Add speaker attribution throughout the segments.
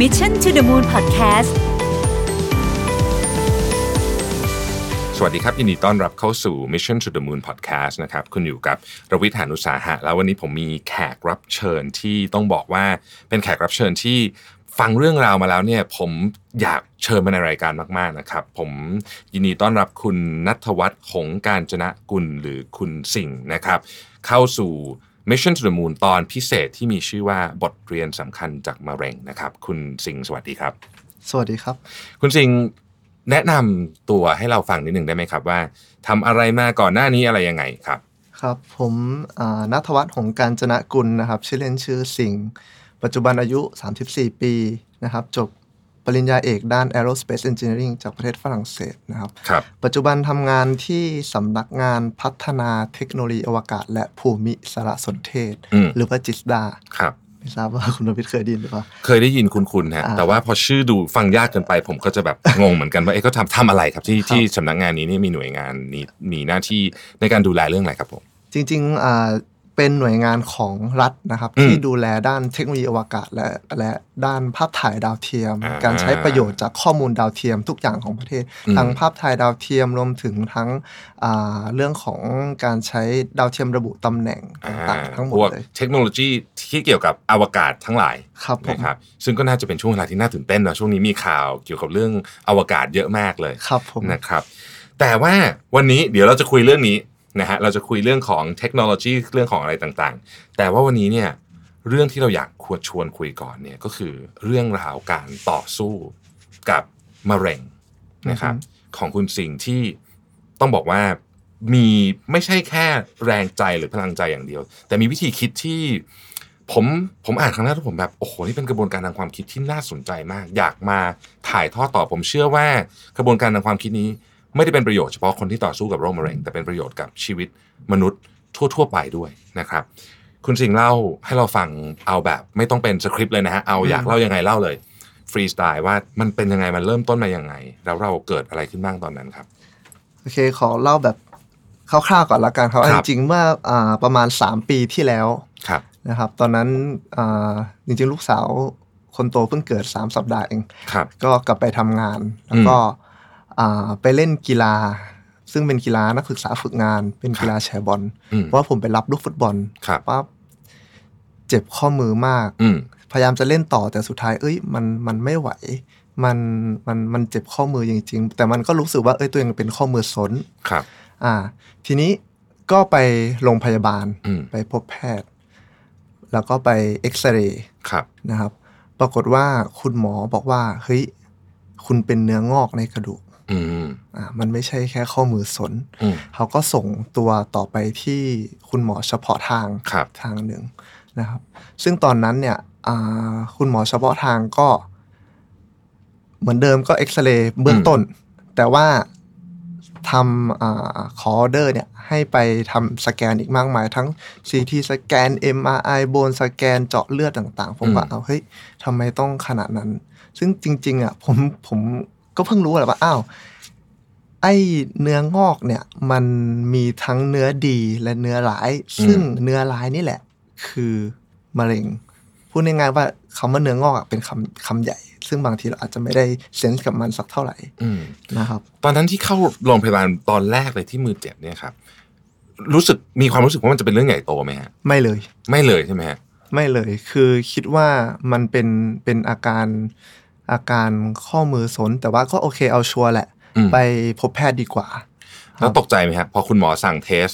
Speaker 1: Mission to the Moon Podcast
Speaker 2: สวัสดีครับ ยินดีต้อนรับเข้าสู่ Mission to the Moon Podcast นะครับ คุณอยู่กับระวิธานุสาหะ แล้ววันนี้ผมมีแขกรับเชิญที่ต้องบอกว่าเป็นแขกรับเชิญที่ฟังเรื่องราวมาแล้วเนี่ย ผมอยากเชิญมาในรายการมากๆนะครับ ผมยินดีต้อนรับคุณนัทวัฒน์หงส์การจนะกุลหรือคุณสิงห์นะครับ เข้าสู่ Mission to the Moon ตอนพิเศษที่มีชื่อว่าบทเรียนสำคัญจากมะเร็งนะครับ คุณสิงห์สวัสดีครับ
Speaker 3: สวัสดีครับ
Speaker 2: คุณสิงห์แนะนำตัวให้เราฟังนิดหนึ่งได้ไหมครับว่าทำอะไรมาก่อนหน้านี้อะไรยังไงครับ
Speaker 3: ครับ ผมอ่านัทวัฒน์หงส์การจนะกุลนะครับ ชื่อเล่นชื่อสิงห์ปัจจุบันอายุ 34 ปีนะครับ จบปริญญาเอกด้าน Aerospace Engineering จากประเทศฝรั่งเศสนะครับ
Speaker 2: ครับ
Speaker 3: ปัจจุบันทำงานที่สำนักงานพัฒนาเทคโนโลยีอวกาศ และภูมิสารสนเทศ
Speaker 2: อืม
Speaker 3: หรือว่าจิสดา
Speaker 2: ครับ
Speaker 3: ไม่ทราบว่า คุณนพิษเคยไดยินหรือเปล่า
Speaker 2: เคยได้ยินคุณคุณฮะ
Speaker 3: อ่า
Speaker 2: แต่ว่าพอชื่อดูฟังยากเกินไป ผมก็จะแบบ งงเหมือนกันว่าเอ๊ะเขาทำทำอะไรครับที่ที่สำนักงานนี้นี่มีหน่วยงานนี้มีหน้าที่ในการดูแลเรื่องอะไรครับผม
Speaker 3: จริงๆอ่าเป็นหน่วยงานของรัฐนะครับ
Speaker 2: อืม
Speaker 3: ที่ดูแลด้านเทคโนโลยีอวกาศและและด้านภาพถ่ายดาวเทียม
Speaker 2: อ่า
Speaker 3: การใช้ประโยชน์จากข้อมูลดาวเทียมทุกอย่างของประเทศ
Speaker 2: อืม
Speaker 3: ทั้งภาพถ่ายดาวเทียมรวมถึงทั้งอ่าเรื่องของการใช้ดาวเทียมระบุตำแหน่ง
Speaker 2: อ่า
Speaker 3: ต่างๆทั้งหม
Speaker 2: พ
Speaker 3: ด
Speaker 2: วก
Speaker 3: เลย
Speaker 2: เทคโนโลยีที่เกี่ยวกับอวกาศทั้งหลาย
Speaker 3: ครับผม
Speaker 2: นะครับซึ่งก็น่าจะเป็นช่วงเวลาที่น่าตื่นเต้นเนอะช่วงนี้มีข่าวเกี่ยวกับเรื่องอวกาศเยอะมากเลย
Speaker 3: ครับผม
Speaker 2: นะครับแต่ว่าวันนี้เดี๋ยวเราจะคุยเรื่องนี้นะฮะเราจะคุยเรื่องของเทคโนโลยีเรื่องของอะไรต่างๆ แต่ว่าวันนี้เนี่ยเรื่องที่เราอยากควรชวนคุยก่อนเนี่ยก็คือเรื่องราวการต่อสู้กับมะเร็งนะครับของคุณสิงห์ที่ต้องบอกว่ามีไม่ใช่แค่แรงใจหรือพลังใจอย่างเดียว แต่มีวิธีคิดที่ผมผมอ่านครั้งแรกแล้วผมแบบโอ้โหนี่เป็นกระบวนการทางความคิดที่น่าสนใจมาก อยากมาถ่ายทอดต่อผมเชื่อว่า กระบวนการทางความคิดนี้ ไม่ได้เป็นประโยชน์เฉพาะคนที่ต่อสู้กับโรคมะเร็ง แต่เป็นประโยชน์กับชีวิตมนุษย์ทั่ว ๆ ไปด้วยนะครับ คุณสิงห์เล่าให้เราฟังเอาแบบไม่ต้องเป็นสคริปต์เลยนะฮะเอาอยากเล่ายังไงเล่าเลยฟรีสไตล์ว่ามันเป็นยังไงมันเริ่มต้นมายังไง แล้วเราเกิดอะไรขึ้นบ้างตอนนั้นครับ
Speaker 3: โอเคขอเล่าแบบคร่าวๆก่อนละกันครับ
Speaker 2: ครับ
Speaker 3: จริงๆเมื่ออ่าประมาณ 3 ปีที่แล้ว
Speaker 2: ครับ
Speaker 3: นะครับตอนนั้นอ่าจริงๆ ลูกสาวคนโตเพิ่งเกิด 3 สัปดาห์เอง
Speaker 2: ครับ
Speaker 3: ก็กลับไปทำงาน แล้วก็อ่าไปเล่นกีฬา ซึ่งเป็นกีฬานักศึกษาฝึกงาน เป็นกีฬาแชร์บอล
Speaker 2: อืม
Speaker 3: เพราะว่าผมไปรับลูกฟุตบอล
Speaker 2: ครับ
Speaker 3: ปั๊บเจ็บข้อมือมาก
Speaker 2: อืม
Speaker 3: พยายามจะเล่นต่อแต่สุดท้าย เอ้ย มัน มันไม่ไหว มัน มัน มันเจ็บข้อมือจริง ๆ แต่มันก็รู้สึกว่า เอ้ย ตัวเองเป็นข้อมือสน
Speaker 2: ครับ
Speaker 3: อ่า ทีนี้ก็ไปโรงพยาบาล
Speaker 2: อืม
Speaker 3: ไปพบแพทย์ แล้วก็ไปเอ็กซเรย์
Speaker 2: ครับ
Speaker 3: นะครับ ปรากฏว่าคุณหมอบอกว่า เฮ้ย คุณเป็นเนื้องอกในกระดูก
Speaker 2: อืม
Speaker 3: อ่า มันไม่ใช่แค่ข้อมือสน
Speaker 2: อืม
Speaker 3: เขาก็ส่งตัวต่อไปที่คุณหมอเฉพาะทาง
Speaker 2: ครับ
Speaker 3: ทางหนึ่งนะครับ ซึ่งตอนนั้นเนี่ยอ่าคุณหมอเฉพาะทางก็ เหมือนเดิมก็เอ็กซเรย์เบื้องต้น แต่ว่าทำอาขอออเดอร์เนี่ยให้ไปทำสแกนอีกมากมาย ทั้ง CT สแกน MRI โบนสแกนเจาะเลือดต่างๆ ผม
Speaker 2: อืม
Speaker 3: ว่าเอาเฮ้ยทำไมต้องขนาดนั้น ซึ่งจริง ๆอ่ะผมผมก็เพิ่งรู้แหละว่าอ้าว ไอ้เนื้องอกเนี่ยมันมีทั้งเนื้อดีและเนื้อร้าย
Speaker 2: อืม
Speaker 3: ซึ่งเนื้อร้ายนี่แหละ คือมะเร็ง พูดง่ายๆว่าคำว่าเนื้องอกอะเป็นคำคำใหญ่ ซึ่งบางทีเราอาจจะไม่ได้เซนส์กับมันสักเท่าไหร่
Speaker 2: อืม
Speaker 3: นะครับ
Speaker 2: ตอนนั้นที่เข้าโรงพยาบาลตอนแรกเลยที่มือเจ็บเนี่ยครับ รู้สึกมีความรู้สึกว่ามันจะเป็นเรื่องใหญ่โตไหมฮะ
Speaker 3: ไม่เลย
Speaker 2: ไม่เลยใช่ไหมฮะ
Speaker 3: ไม่เลยคือคิดว่ามันเป็นเป็นอาการอาการข้อมือสน แต่ว่าก็โอเคเอาชัวร์แหละ
Speaker 2: อืม
Speaker 3: ไปพบแพทย์ดีกว่า
Speaker 2: แล้วตกใจไหมครับพอคุณหมอสั่งเทส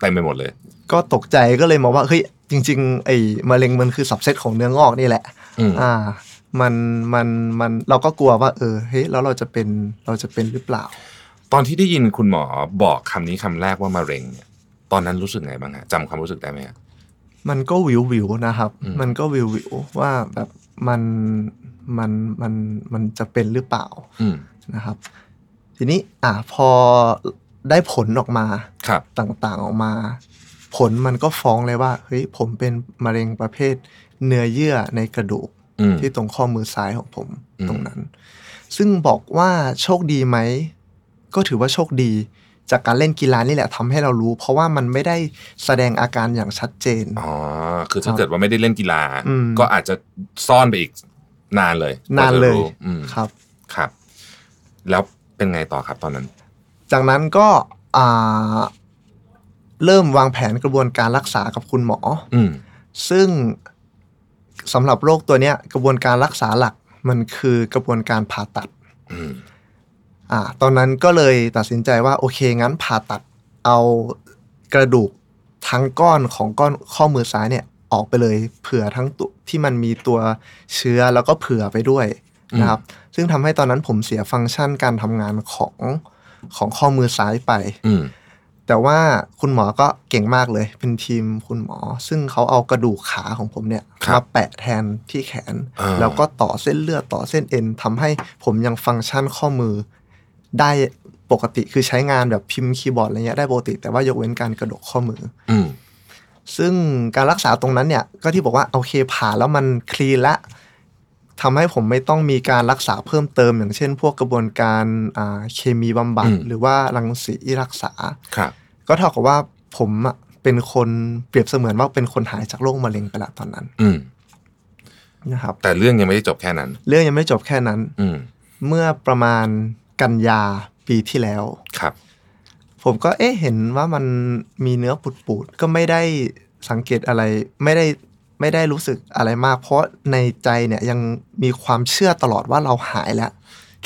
Speaker 2: เต็มไปหมดเลย
Speaker 3: ก็ตกใจก็เลยมองว่าเฮ้ยจริง ๆ ไอ้มะเร็งมันคือสับเซตของเนื้องอกนี่แหละ
Speaker 2: อืม
Speaker 3: อ่า มัน มัน มัน เราก็กลัวว่า เออ เฮ้ย แล้วเราจะเป็น เราจะเป็นหรือเปล่า
Speaker 2: ตอนที่ได้ยินคุณหมอบอกคำนี้คำแรกว่ามะเร็งเนี่ยตอนนั้นรู้สึกไงบ้างฮะจำความรู้สึกได้ไหมฮะ
Speaker 3: มันก็วิววิวนะครับ
Speaker 2: อืม
Speaker 3: มันก็วิววิวว่าแบบ มัน มัน มัน มันจะเป็นหรือเปล่า
Speaker 2: อืม
Speaker 3: นะครับ ทีนี้ อ่า พอได้ผลออกมา
Speaker 2: ครับ
Speaker 3: ต่างๆออกมา ผลมันก็ฟ้องเลยว่า เฮ้ย ผมเป็นมะเร็งประเภท เนื้อเยื่อในกระดูก
Speaker 2: อืม
Speaker 3: ที่ตรงข้อมือซ้ายของผม
Speaker 2: อืม
Speaker 3: ตรงนั้น ซึ่งบอกว่าโชคดีไหม ก็ถือว่าโชคดี จากการเล่นกีฬานี่แหละทำให้เรารู้ เพราะว่ามันไม่ได้แสดงอาการอย่างชัดเจน
Speaker 2: อ๋อคือถ้าเกิดว่าไม่ได้เล่นกีฬา
Speaker 3: อืม
Speaker 2: ก็อาจจะซ่อนไปอีก นานเลย
Speaker 3: นานเลย
Speaker 2: กว่จะรู้อืม
Speaker 3: ครับ
Speaker 2: ครับ แล้วเป็นไงต่อครับตอนนั้น
Speaker 3: จากนั้นก็อ่าเริ่มวางแผนกระบวนการรักษากับคุณหมอ
Speaker 2: อืม
Speaker 3: ซึ่งสำหรับโรคตัวเนี้ยกระบวนการรักษาหลักมันคือกระบวนการผ่าตัด
Speaker 2: อืม
Speaker 3: อ่าตอนนั้นก็เลยตัดสินใจว่าโอเคงั้นผ่าตัดเอากระดูกทั้งก้อนของก้อนข้อมือซ้ายเนี่ยออกไปเลยเผื่อทั้งตัวที่มันมีตัวเชื้อแล้วก็เผื่อไปด้วยนะครับ ซึ่งทำให้ตอนนั้นผมเสียฟังก์ชันการทำงานของของข้อมือซ้ายไป
Speaker 2: อืม
Speaker 3: แต่ว่าคุณหมอก็เก่งมากเลย เป็นทีมคุณหมอ ซึ่งเขาเอากระดูกขาของผมเนี่ย
Speaker 2: ครับ
Speaker 3: มาแปะแทนที่แขน
Speaker 2: อ่า
Speaker 3: แล้วก็ต่อเส้นเลือดต่อเส้นเอ็นทำให้ผมยังฟังก์ชันข้อมือ ได้ปกติคือใช้งานแบบพิมพ์คีย์บอร์ดอะไรเงี้ยได้ปกติ แต่ว่ายกเว้นการกระดกข้อมือ
Speaker 2: อืม
Speaker 3: ซึ่งการรักษาตรงนั้นเนี่ยก็ที่บอกว่าโอเคผ่าแล้วมันคลีนละทำให้ผมไม่ต้องมีการรักษาเพิ่มเติม อย่างเช่น พวกกระบวนการอ่าเคมีบำบัด
Speaker 2: อืม
Speaker 3: หรือว่ารังสีรักษา
Speaker 2: ครับ
Speaker 3: ก็เท่ากับว่าผมอะเป็นคนเปรียบเสมือนว่าเป็นคนหายจากโรคมะเร็งไปละตอนนั้น
Speaker 2: อืม
Speaker 3: นะครับ
Speaker 2: แต่เรื่องยังไม่ได้จบแค่นั้น
Speaker 3: เรื่องยังไม่จบแค่นั้น
Speaker 2: อืม
Speaker 3: เมื่อประมาณกันยาปีที่แล้ว
Speaker 2: ครับ
Speaker 3: ผมก็เอ๊ะเห็นว่ามันมีเนื้อปูดๆก็ไม่ได้สังเกตอะไรไม่ได้ไม่ได้รู้สึกอะไรมาก เพราะในใจเนี่ยยังมีความเชื่อตลอดว่าเราหายแล้ว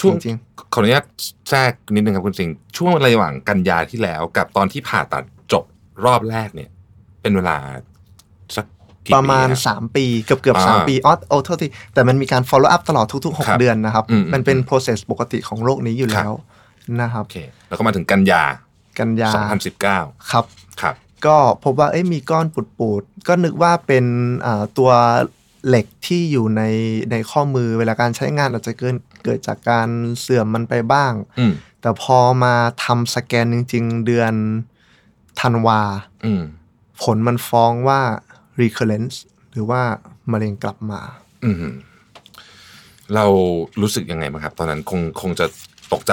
Speaker 2: ช่วง
Speaker 3: จริง
Speaker 2: ขออนุญาตแทรกนิดนึงครับคุณสิงห์ช่วงระหว่างกันยาที่แล้ว กับตอนที่ผ่าตัดจบรอบแรกเนี่ย เป็นเวลาสักกี่
Speaker 3: ๆประมาณ
Speaker 2: นคบ
Speaker 3: 3 ปีเกือบเกือบๆสาม
Speaker 2: อ่า
Speaker 3: ปีอ๋อโอ้โทษทีแต่มันมีการ follow up ตลอดทุกๆ
Speaker 2: ครับ
Speaker 3: 6 เดือนนะครับ
Speaker 2: อืม
Speaker 3: มันเป็น process ปกติของโรคนี้อยู่แล้วนะครับ
Speaker 2: โอเค แล้วก็มาถึงกันยา
Speaker 3: กันยา
Speaker 2: 2019
Speaker 3: ครับ
Speaker 2: ครับ
Speaker 3: ก็พบว่าเอ้ยมีก้อนปูดๆก็นึกว่าเป็นอ่าตัวเหล็กที่อยู่ในในข้อมือเวลาการใช้งานอาจจะเกินเกิดจากการเสื่อมมันไปบ้าง
Speaker 2: อืม
Speaker 3: แต่พอมาทำสแกนจริง ๆ เดือนธันวา
Speaker 2: อืม
Speaker 3: ผลมันฟ้องว่า recurrence หรือว่ามะเร็งกลับมา
Speaker 2: อืม เรารู้สึกยังไงบ้างครับ ตอนนั้นคงคงจะตกใจ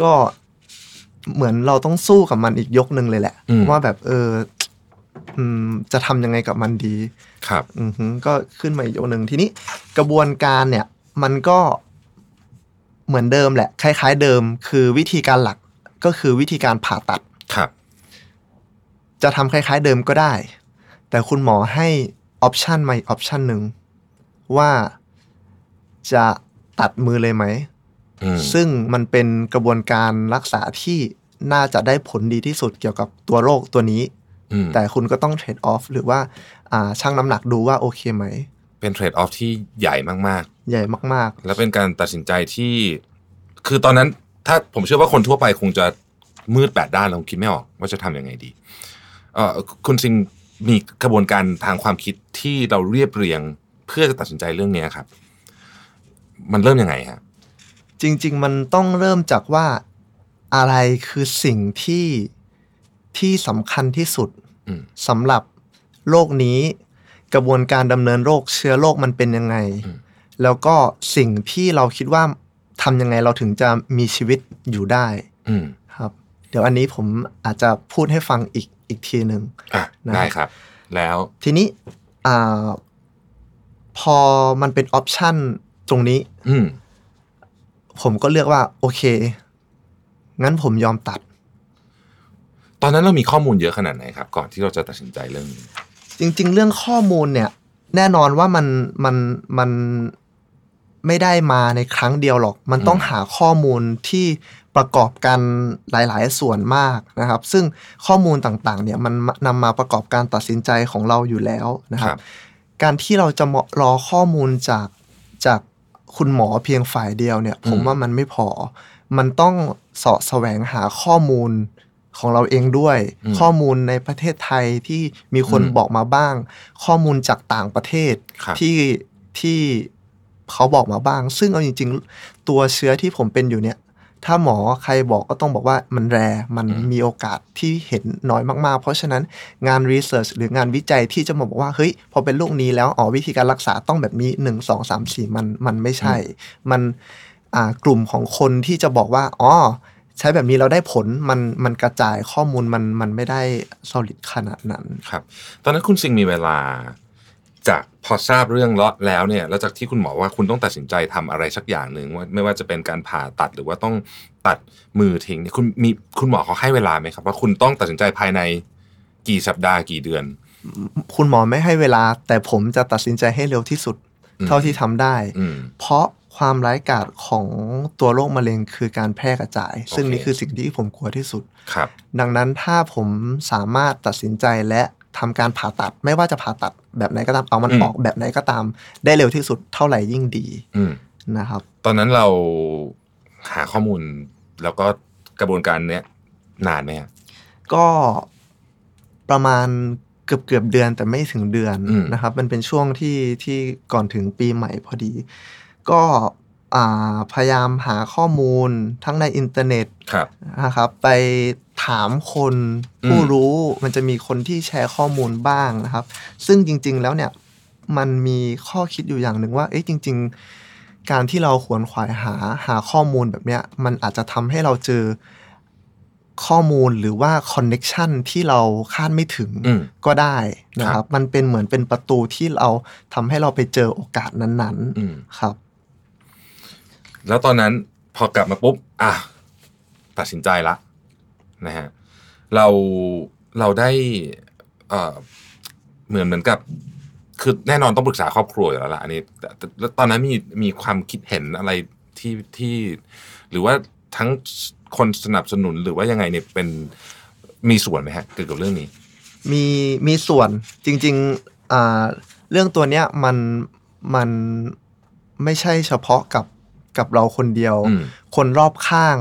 Speaker 3: ก็เหมือนเราต้องสู้กับมันอีกยกหนึ่งเลยแหละ
Speaker 2: อืม
Speaker 3: ว่าแบบเอออืมจะทำยังไงกับมันดี
Speaker 2: ครับ
Speaker 3: อือหือก็ขึ้นมาอีกโยกหนึ่งทีนี้กระบวนการเนี่ย มันก็เหมือนเดิมแหละ คล้าย ๆ เดิม คือวิธีการหลักก็คือวิธีการผ่าตัด
Speaker 2: ครับ
Speaker 3: จะทำคล้าย ๆ เดิมก็ได้ แต่คุณหมอให้ออปชันมาอีกออปชันหนึ่งว่าจะตัดมือเลยไหม
Speaker 2: อืม
Speaker 3: ซึ่งมันเป็นกระบวนการรักษาที่น่าจะได้ผลดีที่สุดเกี่ยวกับตัวโรคตัวนี้
Speaker 2: อืม
Speaker 3: แต่คุณก็ต้องเทรดออฟหรือว่าอ่าชั่งน้ำหนักดูว่าโอเคไหม
Speaker 2: เป็นเทรดออฟที่ใหญ่มาก
Speaker 3: ใหญ่มาก ๆ
Speaker 2: ๆ และเป็นการตัดสินใจที่ คือตอนนั้น ถ้าผมเชื่อว่าคนทั่วไปคงจะมืดแปดด้านเราคิดไม่ออก ว่าจะทำยังไงดี เออคุณซิงมีกระบวนการทางความคิดที่เราเรียบเรียง เพื่อจะตัดสินใจเรื่องเนี้ยครับ มันเริ่มยังไงฮะ
Speaker 3: จริง ๆ มันต้องเริ่มจากว่าอะไรคือสิ่งที่ที่สำคัญที่สุด
Speaker 2: อืม
Speaker 3: สำหรับโรคนี้ กระบวนการดำเนินโรคเชื้อโรคมันเป็นยังไง
Speaker 2: อืม
Speaker 3: แล้วก็สิ่งที่เราคิดว่าทำยังไงเราถึงจะมีชีวิตอยู่ได้
Speaker 2: อืม
Speaker 3: ครับ เดี๋ยวอันนี้ผมอาจจะพูดให้ฟังอีกอีกทีหนึ่ง
Speaker 2: อ่ะ
Speaker 3: นะ
Speaker 2: ได้ครับ แล้ว
Speaker 3: ทีนี้อ่าพอมันเป็นออปชันตรงนี้
Speaker 2: อืม
Speaker 3: ผมก็เลือกว่า โอเค งั้นผมยอมตัด
Speaker 2: ตอนนั้นเรามีข้อมูลเยอะขนาดไหนครับ ก่อนที่เราจะตัดสินใจเรื่องนี้
Speaker 3: จริง ๆ เรื่องข้อมูลเนี่ย แน่นอนว่ามันมันมันไม่ได้มาในครั้งเดียวหรอก มันต้อง
Speaker 2: อืม
Speaker 3: หาข้อมูลที่ประกอบกันหลาย ๆ ส่วนมากนะครับ ซึ่งข้อมูลต่างๆ เนี่ยมันนำมาประกอบการตัดสินใจของเราอยู่แล้วนะครับ การที่เราจะเหมาะรอข้อมูลจากจากคุณหมอเพียงฝ่ายเดียวเนี่ย
Speaker 2: อืม
Speaker 3: ผมว่ามันไม่พอ มันต้องเสาะแสวงหาข้อมูลของเราเองด้วย
Speaker 2: อืม
Speaker 3: ข้อมูลในประเทศไทยที่มีคน
Speaker 2: อืม
Speaker 3: บอกมาบ้าง ข้อมูลจากต่างประเทศ
Speaker 2: ครับ
Speaker 3: ที่ที่เขาบอกมาบ้าง ซึ่งเอาจริง ๆ ตัวเชื้อที่ผมเป็นอยู่เนี่ย ถ้าหมอใครบอกก็ต้องบอกว่ามันแรร์มัน
Speaker 2: อืม
Speaker 3: มีโอกาสที่เห็นน้อยมากๆ เพราะฉะนั้นงานรีเสิร์ชหรืองานวิจัยที่จะมาบอกว่า เฮ้ย พอเป็นโรคนี้แล้ว อ๋อ วิธีการรักษาต้องแบบนี้หนึ่งสองสามสี่มันมันไม่ใช่ มันอ่ากลุ่มของคนที่จะบอกว่า อ๋อ ใช้แบบนี้เราได้ผลมันมันกระจายข้อมูลมันมันไม่ได้ solid ขนาดนั้น
Speaker 2: ครับ ตอนนั้นคุณซิงมีเวลา จากพอทราบเรื่องแล้วแล้วเนี่ยแล้วจากที่คุณหมอว่าคุณต้องตัดสินใจทำอะไรสักอย่างหนึ่งว่าไม่ว่าจะเป็นการผ่าตัดหรือว่าต้องตัดมือทิ้งเนี่ยคุณมีคุณหมอเขาให้เวลาไหมครับ ว่าคุณต้องตัดสินใจภายในกี่สัปดาห์กี่เดือน
Speaker 3: คุณหมอไม่ให้เวลา แต่ผมจะตัดสินใจให้เร็วที่สุด
Speaker 2: อืม
Speaker 3: เท่าที่ทำได้
Speaker 2: อืม
Speaker 3: เพราะความร้ายกาจของตัวโรคมะเร็งคือการแพร่กระจาย ซึ่ง
Speaker 2: โอเค
Speaker 3: นี่คือสิ่งที่ผมกลัวที่สุด
Speaker 2: ครับ
Speaker 3: ดังนั้นถ้าผมสามารถตัดสินใจและทำการผ่าตัด ไม่ว่าจะผ่าตัดแบบไหนก็ตามเอามัน
Speaker 2: อืม
Speaker 3: ออกแบบไหนก็ตาม ได้เร็วที่สุดเท่าไหร่ยิ่งดี
Speaker 2: อืม
Speaker 3: นะครับ
Speaker 2: ตอนนั้นเราหาข้อมูลแล้วก็กระบวนการเนี้ยนานไหมฮะ
Speaker 3: ก็ประมาณเกือบเกือบๆเดือนแต่ไม่ถึงเดือน
Speaker 2: อืม
Speaker 3: นะครับ มันเป็นช่วงที่ที่ก่อนถึงปีใหม่พอดี ก็อ่าพยายามหาข้อมูลทั้งในอินเทอร์เน็ต
Speaker 2: ครับ
Speaker 3: นะครับไปถามคน
Speaker 2: อืม
Speaker 3: ผู้รู้มันจะมีคนที่แชร์ข้อมูลบ้างนะครับ ซึ่งจริง ๆ แล้วเนี่ยมันมีข้อคิดอยู่อย่างหนึ่งว่าเอ๊ะจริง ๆ การที่เราขวนขวายหาหาข้อมูลแบบเนี้ยมันอาจจะทำให้เราเจอข้อมูลหรือว่าคอนเน็กชันที่เราคาดไม่ถึง
Speaker 2: อืม
Speaker 3: ก็ได้นะค
Speaker 2: ครั
Speaker 3: รับ บ มันเป็นเหมือนเป็นประตูที่เราทำให้เราไปเจอโอกาสนั้น
Speaker 2: อืม
Speaker 3: ๆครับ
Speaker 2: แล้วตอนนั้นพอกลับมาปุ๊บ อ่ะ ตัดสินใจละนะฮะเราเราได้เอ่อเหมือนเหมือนกับ คือแน่นอนต้องปรึกษาครอบครัวอยู่แล้วล่ะอันนี้แต่แต่แล้วตอนนั้นมีมีความคิดเห็นอะไรที่ที่ หรือว่าทั้งคนสนับสนุนหรือว่ายังไงเนี่ยเป็นมีส่วนไหมฮะเกี่ยวกับเรื่องนี้
Speaker 3: มีมีส่วนจริงๆอ่าเรื่องตัวเนี้ยมันมันไม่ใช่เฉพาะกับกับเราคนเดียว
Speaker 2: อืม
Speaker 3: คนรอบข้าง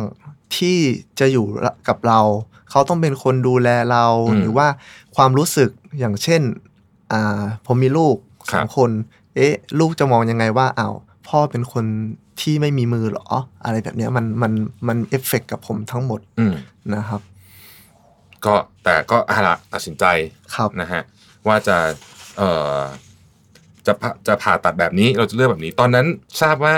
Speaker 3: ที่จะอยู่กับเรา เขาต้องเป็นคนดูแลเรา
Speaker 2: อืม
Speaker 3: หรือว่าความรู้สึกอย่างเช่นอ่าผมมีลูก
Speaker 2: ค
Speaker 3: ส
Speaker 2: รับ
Speaker 3: องคน เอ๊ะ ลูกจะมองยังไงว่าอ้าวพ่อเป็นคนที่ไม่มีมือเหรอ อะไรแบบเนี้ยมันมันมันเอฟเฟกต์กับผมทั้งหมด
Speaker 2: อืม
Speaker 3: นะครับ
Speaker 2: ก็แต่ก็อ่ะละตัดสินใจ
Speaker 3: ครับ
Speaker 2: นะฮะว่าจะเอ่อจะผ่าจะผ่าตัดแบบนี้เราจะเลือกแบบนี้ ตอนนั้นทราบว่า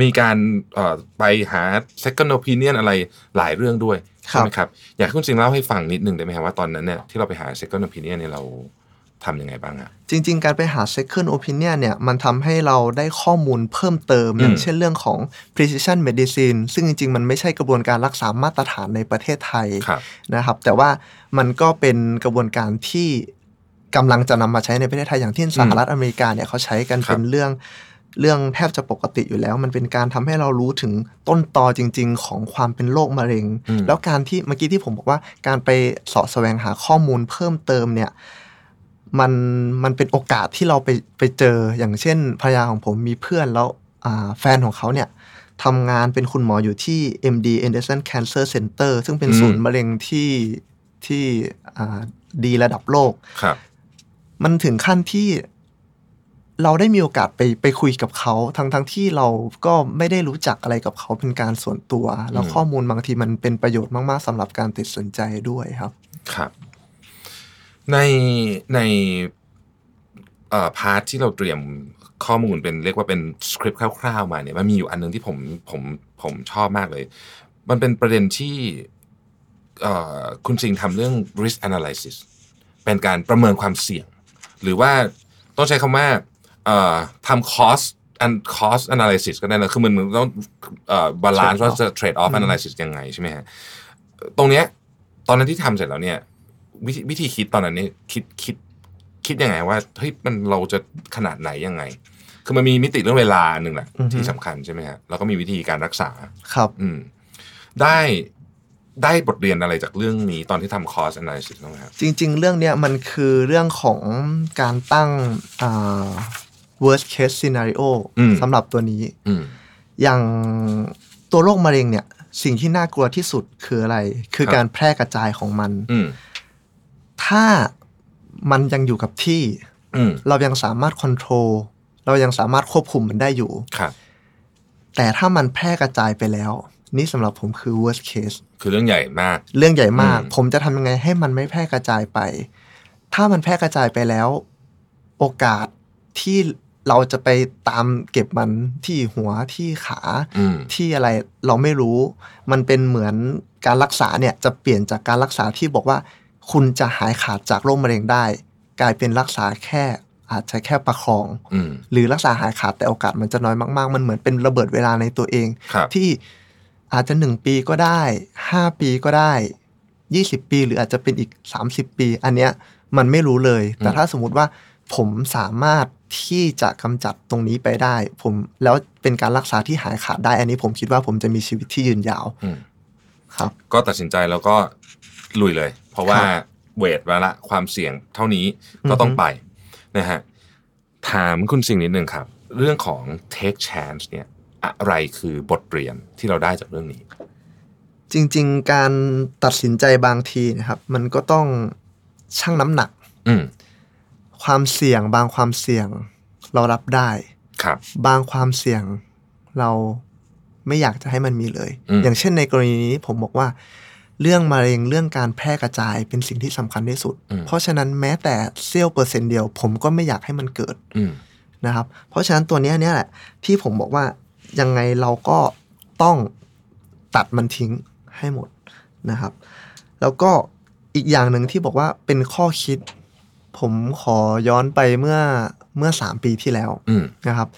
Speaker 2: มีการเอ่อไปหา second opinion อะไรหลายเรื่องด้วย
Speaker 3: ครั
Speaker 2: ใช่
Speaker 3: บ
Speaker 2: ไหมครับ อยากให้คุณสิงห์เล่าให้ฟังนิดนึงได้ไหมครับว่าตอนนั้นเนี่ยที่เราไปหา second opinion เนี่ยเราทำยังไงบ้างอะ
Speaker 3: จริง ๆ การไปหา second opinion เนี่ย มันทำให้เราได้ข้อมูลเพิ่มเติม
Speaker 2: อืม
Speaker 3: อย่างเช่นเรื่องของ precision medicine ซึ่งจริง ๆ มันไม่ใช่กระบวนการรักษามาตรฐานในประเทศไทย
Speaker 2: ครับ
Speaker 3: นะครับ แต่ว่ามันก็เป็นกระบวนการที่กำลังจะนำมาใช้ในประเทศไทย อย่างที่สหรัฐอเมริกาเนี่ยเขาใช้กัน
Speaker 2: ครับ
Speaker 3: เป็นเรื่องเรื่องแทบจะปกติอยู่แล้ว มันเป็นการทำให้เรารู้ถึงต้นตอจริง ๆ ของความเป็นโรคมะเร็ง
Speaker 2: อืม
Speaker 3: แล้วการที่เมื่อกี้ที่ผมบอกว่าการไปเสาะแสวงหาข้อมูลเพิ่มเติมเนี่ยมันมันเป็นโอกาสที่เราไปไปเจออย่างเช่นภรรยาของผมมีเพื่อนแล้วอ่าแฟนของเขาเนี่ยทำงานเป็นคุณหมออยู่ที่ MD Anderson Cancer Center ซึ่งเป็น
Speaker 2: อืม
Speaker 3: ศูนย์มะเร็งที่ที่อ่าดีระดับโลก
Speaker 2: ครับ
Speaker 3: มันถึงขั้นที่เราได้มีโอกาสไปไปคุยกับเขาทั้งทั้งที่เราก็ไม่ได้รู้จักอะไรกับเขาเป็นการส่วนตัว แล้ว
Speaker 2: อืม
Speaker 3: ข้อมูลบางทีมันเป็นประโยชน์มาก ๆสำหรับการติดสนใจด้วยครับ
Speaker 2: ครับ ในในเอ่อพาร์ทที่เราเตรียมข้อมูลเป็นเรียกว่าเป็นสคริปต์คร่าวๆมาเนี่ยมันมีอยู่อันหนึงที่ผมผมผมชอบมากเลย มันเป็นประเด็นที่เอ่อคุณสิงห์ทำเรื่อง risk analysis เป็นการประเมินความเสี่ยง หรือว่าต้องใช้คำว่าเอ่อทำ cost and cost analysis ก็ได้นะคือมันมันต้องเอ่อ balance ว่าจะ trade off analysis ยังไงใช่ไหมฮะ ตรงเนี้ยตอนนั้นที่ทำเสร็จแล้วเนี่ย วิธีวิธีคิดตอนนั้นเนี่ยคิดคิดคิดยังไงว่าเฮ้ยมันเราจะขนาดไหนยังไง คือมันมีมิติเรื่องเวลาหนึ่งแหละ
Speaker 3: อือฮึ
Speaker 2: ที่สำคัญใช่ไหมฮะแล้วก็มีวิธีการรักษา
Speaker 3: ครับ
Speaker 2: อืม ได้ได้บทเรียนอะไรจากเรื่องนี้ตอนที่ทำคอร์ส analysis บ้างไหมครับ
Speaker 3: จริง ๆ เรื่องเนี้ยมันคือเรื่องของการตั้งอ่า worst case scenario
Speaker 2: อืม
Speaker 3: สำหรับตัวนี้
Speaker 2: อืม
Speaker 3: อย่างตัวโรคมะเร็งเนี่ย สิ่งที่น่ากลัวที่สุดคืออะไร คือ
Speaker 2: ครับ
Speaker 3: การแพร่กระจายของมัน
Speaker 2: อืม
Speaker 3: ถ้ามันยังอยู่กับที่
Speaker 2: อืม
Speaker 3: เรายังสามารถควบคุมเรายังสามารถควบคุมมันได้อยู่
Speaker 2: ครับ
Speaker 3: แต่ถ้ามันแพร่กระจายไปแล้ว นี่สำหรับผมคือ worst case
Speaker 2: คือเรื่องใหญ่มาก
Speaker 3: เรื่องใหญ่มาก
Speaker 2: อืม
Speaker 3: ผมจะทำยังไงให้มันไม่แพร่กระจายไป ถ้ามันแพร่กระจายไปแล้ว โอกาสที่เราจะไปตามเก็บมันที่หัวที่ขา
Speaker 2: อืม
Speaker 3: ที่อะไรเราไม่รู้ มันเป็นเหมือนการรักษาเนี่ยจะเปลี่ยนจากการรักษาที่บอกว่า คุณจะหายขาดจากโรคมะเร็งได้ กลายเป็นรักษาแค่ อาจจะแค่ประคอง
Speaker 2: อืม
Speaker 3: หรือรักษาหายขาดแต่โอกาสมันจะน้อยมาก ๆ มันเหมือนเป็นระเบิดเวลาในตัวเอง
Speaker 2: ครับ
Speaker 3: ที่อาจจะหนึ่งปีก็ได้ห้าปีก็ได้ยี่สิบปี หรืออาจจะเป็นอีกสามสิบปี อันเนี้ยมันไม่รู้เลย แต่
Speaker 2: อืม
Speaker 3: ถ้าสมมติว่าผมสามารถที่จะกำจัดตรงนี้ไปได้ ผมแล้วเป็นการรักษาที่หายขาดได้ อันนี้ผมคิดว่าผมจะมีชีวิตที่ยืนยาว
Speaker 2: อืม
Speaker 3: ครับ
Speaker 2: ก็ตัดสินใจแล้วก็ลุยเลย เพราะว่า
Speaker 3: ครับ
Speaker 2: เวทมาละความเสี่ยงเท่านี้ก็ต้อง
Speaker 3: อือฮึ
Speaker 2: ไปนะฮะถามคุณสิ่งนิดหนึ่งครับ เรื่องของ take chance เนี่ยอะไรคือบทเรียนที่เราได้จากเรื่องนี้
Speaker 3: จริง ๆ การตัดสินใจบางทีนะครับ มันก็ต้องชั่งน้ำหนัก
Speaker 2: อืม
Speaker 3: ความเสี่ยงบางความเสี่ยงเรารับได้
Speaker 2: ครับ
Speaker 3: บางความเสี่ยงเราไม่อยากจะให้มันมีเลย
Speaker 2: อืม
Speaker 3: อย่างเช่นในกรณีนี้ผมบอกว่า เรื่องมะเร็งเรื่องการแพร่กระจายเป็นสิ่งที่สำคัญที่สุด
Speaker 2: อืม
Speaker 3: เพราะฉะนั้นแม้แต่เซี่ยวเปอร์เซ็นต์เดียว ผมก็ไม่อยากให้มันเกิด
Speaker 2: อืม
Speaker 3: นะครับ เพราะฉะนั้นตัวเนี้ยเนี่ยแหละที่ผมบอกว่ายังไงเราก็ต้องตัดมันทิ้งให้หมดนะครับ แล้วก็อีกอย่างหนึ่งที่บอกว่าเป็นข้อคิด ผมขอย้อนไปเมื่อเมื่อสามปีที่แล้ว
Speaker 2: อืม
Speaker 3: นะครับ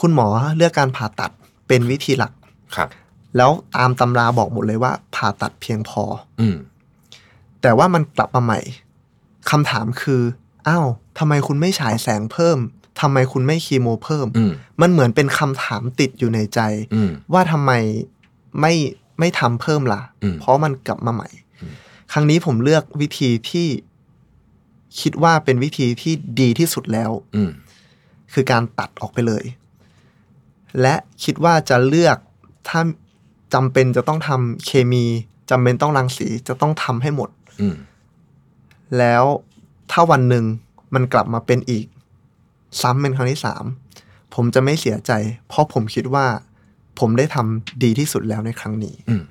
Speaker 3: คุณหมอเลือกการผ่าตัดเป็นวิธีหลัก
Speaker 2: ครับ
Speaker 3: แล้วตามตำราบอกหมดเลยว่าผ่าตัดเพียงพอ
Speaker 2: อืม
Speaker 3: แต่ว่ามันกลับมาใหม่คำถามคืออ้าวทำไมคุณไม่ฉายแสงเพิ่มทำไมคุณไม่คีโมเพิ่ม
Speaker 2: อืม
Speaker 3: มันเหมือนเป็นคำถามติดอยู่ในใจ
Speaker 2: อืม
Speaker 3: ว่าทำไมไม่ไม่ทำเพิ่มล่ะ
Speaker 2: อืม
Speaker 3: เพราะมันกลับมาใหม่
Speaker 2: อืม
Speaker 3: ครั้งนี้ผมเลือกวิธีที่คิดว่าเป็นวิธีที่ดีที่สุดแล้ว
Speaker 2: อืม
Speaker 3: คือการตัดออกไปเลย และคิดว่าจะเลือกถ้าจำเป็นจะต้องทำเคมีจำเป็นต้องรังสีจะต้องทำให้หมด
Speaker 2: อืม
Speaker 3: แล้วถ้าวันหนึ่งมันกลับมาเป็นอีก ซ้ำเป็นครั้งที่สามผมจะไม่เสียใจ เพราะผมคิดว่า ผมได้ทำดีที่สุดแล้วในครั้งนี้
Speaker 2: อืม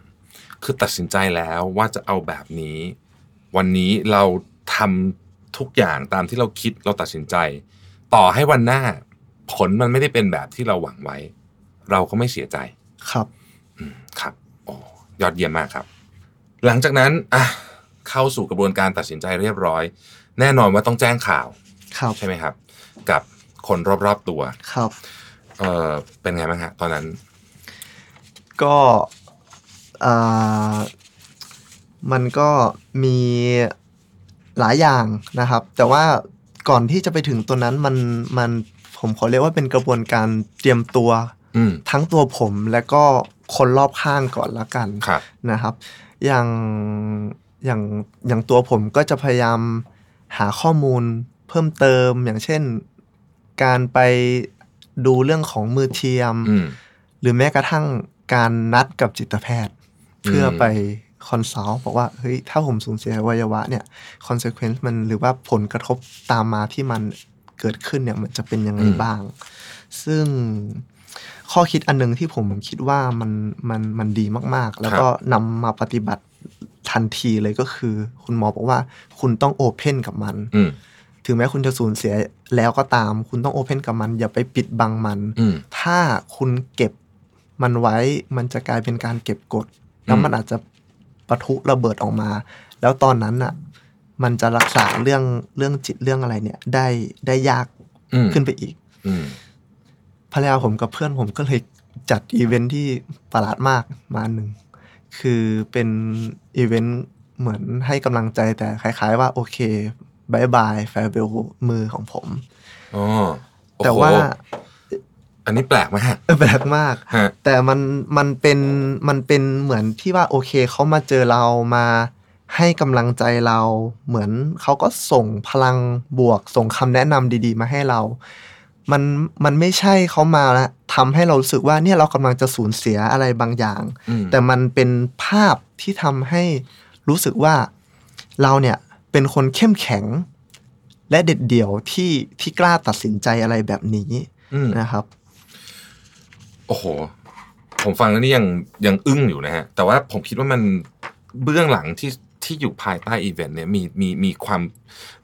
Speaker 2: คือตัดสินใจแล้วว่าจะเอาแบบนี้ วันนี้เราทำทุกอย่างตามที่เราคิดเราตัดสินใจ ต่อให้วันหน้า ผลมันไม่ได้เป็นแบบที่เราหวังไว้ เราก็ไม่เสียใจ
Speaker 3: ครับ
Speaker 2: อืมครับโอ้ยอดเยี่ยมมากครับ หลังจากนั้นอ่ะเข้าสู่กระบวนการตัดสินใจเรียบร้อย แน่นอนว่าต้องแจ้งข่าว
Speaker 3: ครับ
Speaker 2: ใช่ไหมครับ กับคนรอบๆตัว
Speaker 3: ครับ
Speaker 2: เออเป็นไงบ้างฮะตอนนั้น
Speaker 3: ก็อ่ามันก็มีหลายอย่างนะครับ แต่ว่าก่อนที่จะไปถึงตัวนั้นมันมันผมขอเรียกว่าเป็นกระบวนการเตรียมตัว
Speaker 2: อืม
Speaker 3: ทั้งตัวผมและก็คนรอบข้างก่อนละกัน
Speaker 2: ครับ
Speaker 3: นะครับ อย่างอย่างอย่างตัวผมก็จะพยายามหาข้อมูลเพิ่มเติมอย่างเช่นการไปดูเรื่องของมือเทียม
Speaker 2: อืม
Speaker 3: หรือแม้กระทั่งการนัดกับจิตแพทย์
Speaker 2: อืม
Speaker 3: เพื่อไปคอนซัลท์บอกว่าเฮ้ยถ้าผมสูญเสียอวัยวะเนี่ยคอน s e เควนซ์มันหรือว่าผลกระทบตามมาที่มันเกิดขึ้นเนี่ยมันจะเป็นยังไงบ้าง ซึ่งข้อคิดอันหนึงที่ผมคิดว่ามันมันมันดีมากๆ แล้วก็นำมาปฏิบัติทันทีเลยก็คือ คุณหมอบอกว่าคุณต้องโอเพนกับมัน
Speaker 2: อืม
Speaker 3: ถึงแม้คุณจะสูญเสียแล้วก็ตาม คุณต้องโอเพนกับมัน อย่าไปปิดบังมัน
Speaker 2: อืม
Speaker 3: ถ้าคุณเก็บมันไว้ มันจะกลายเป็นการเก็บกด แล้วมันอาจจะปะทุระเบิดออกมา แล้วตอนนั้นอ่ะ มันจะรักษาเรื่องเรื่องจิตเรื่องอะไรเนี่ย ได้ได้ยาก
Speaker 2: อืม
Speaker 3: ขึ้นไปอีก
Speaker 2: อืม
Speaker 3: ภรรยาผมกับเพื่อนผมก็เลยจัดอีเวนท์ที่ประหลาดมากมาอันหนึ่ง คือเป็นอีเวนต์เหมือนให้กำลังใจแต่คล้ายๆว่าโอเคบายบายแฟร์เบลมือของผม
Speaker 2: อ๋อโอ้โห
Speaker 3: แต่ว่า
Speaker 2: อันนี้แปลกมาก
Speaker 3: แปลกมาก
Speaker 2: ฮะ
Speaker 3: แต่มันมันเป็นมันเป็นเหมือนที่ว่าโอเคเขามาเจอเรามาให้กำลังใจเรา เหมือนเขาก็ส่งพลังบวก ส่งคำแนะนำดี ๆ มาให้เรา มันมันไม่ใช่เขามาแล้วทำให้เรารู้สึกว่าเนี่ยเรากำลังจะสูญเสียอะไรบางอย่าง
Speaker 2: อืม
Speaker 3: แต่มันเป็นภาพที่ทำให้รู้สึกว่าเราเนี่ยเป็นคนเข้มแข็ง และเด็ดเดี่ยวที่ที่กล้าตัดสินใจอะไรแบบนี้
Speaker 2: อืม
Speaker 3: นะครับ
Speaker 2: โอ้โห ผมฟังแล้วนี่ยังยังอึ้งอยู่นะฮะ แต่ว่าผมคิดว่ามันเบื้องหลังที่ที่อยู่ภายใต้อีเวนต์เนี่ยมีมีมีความ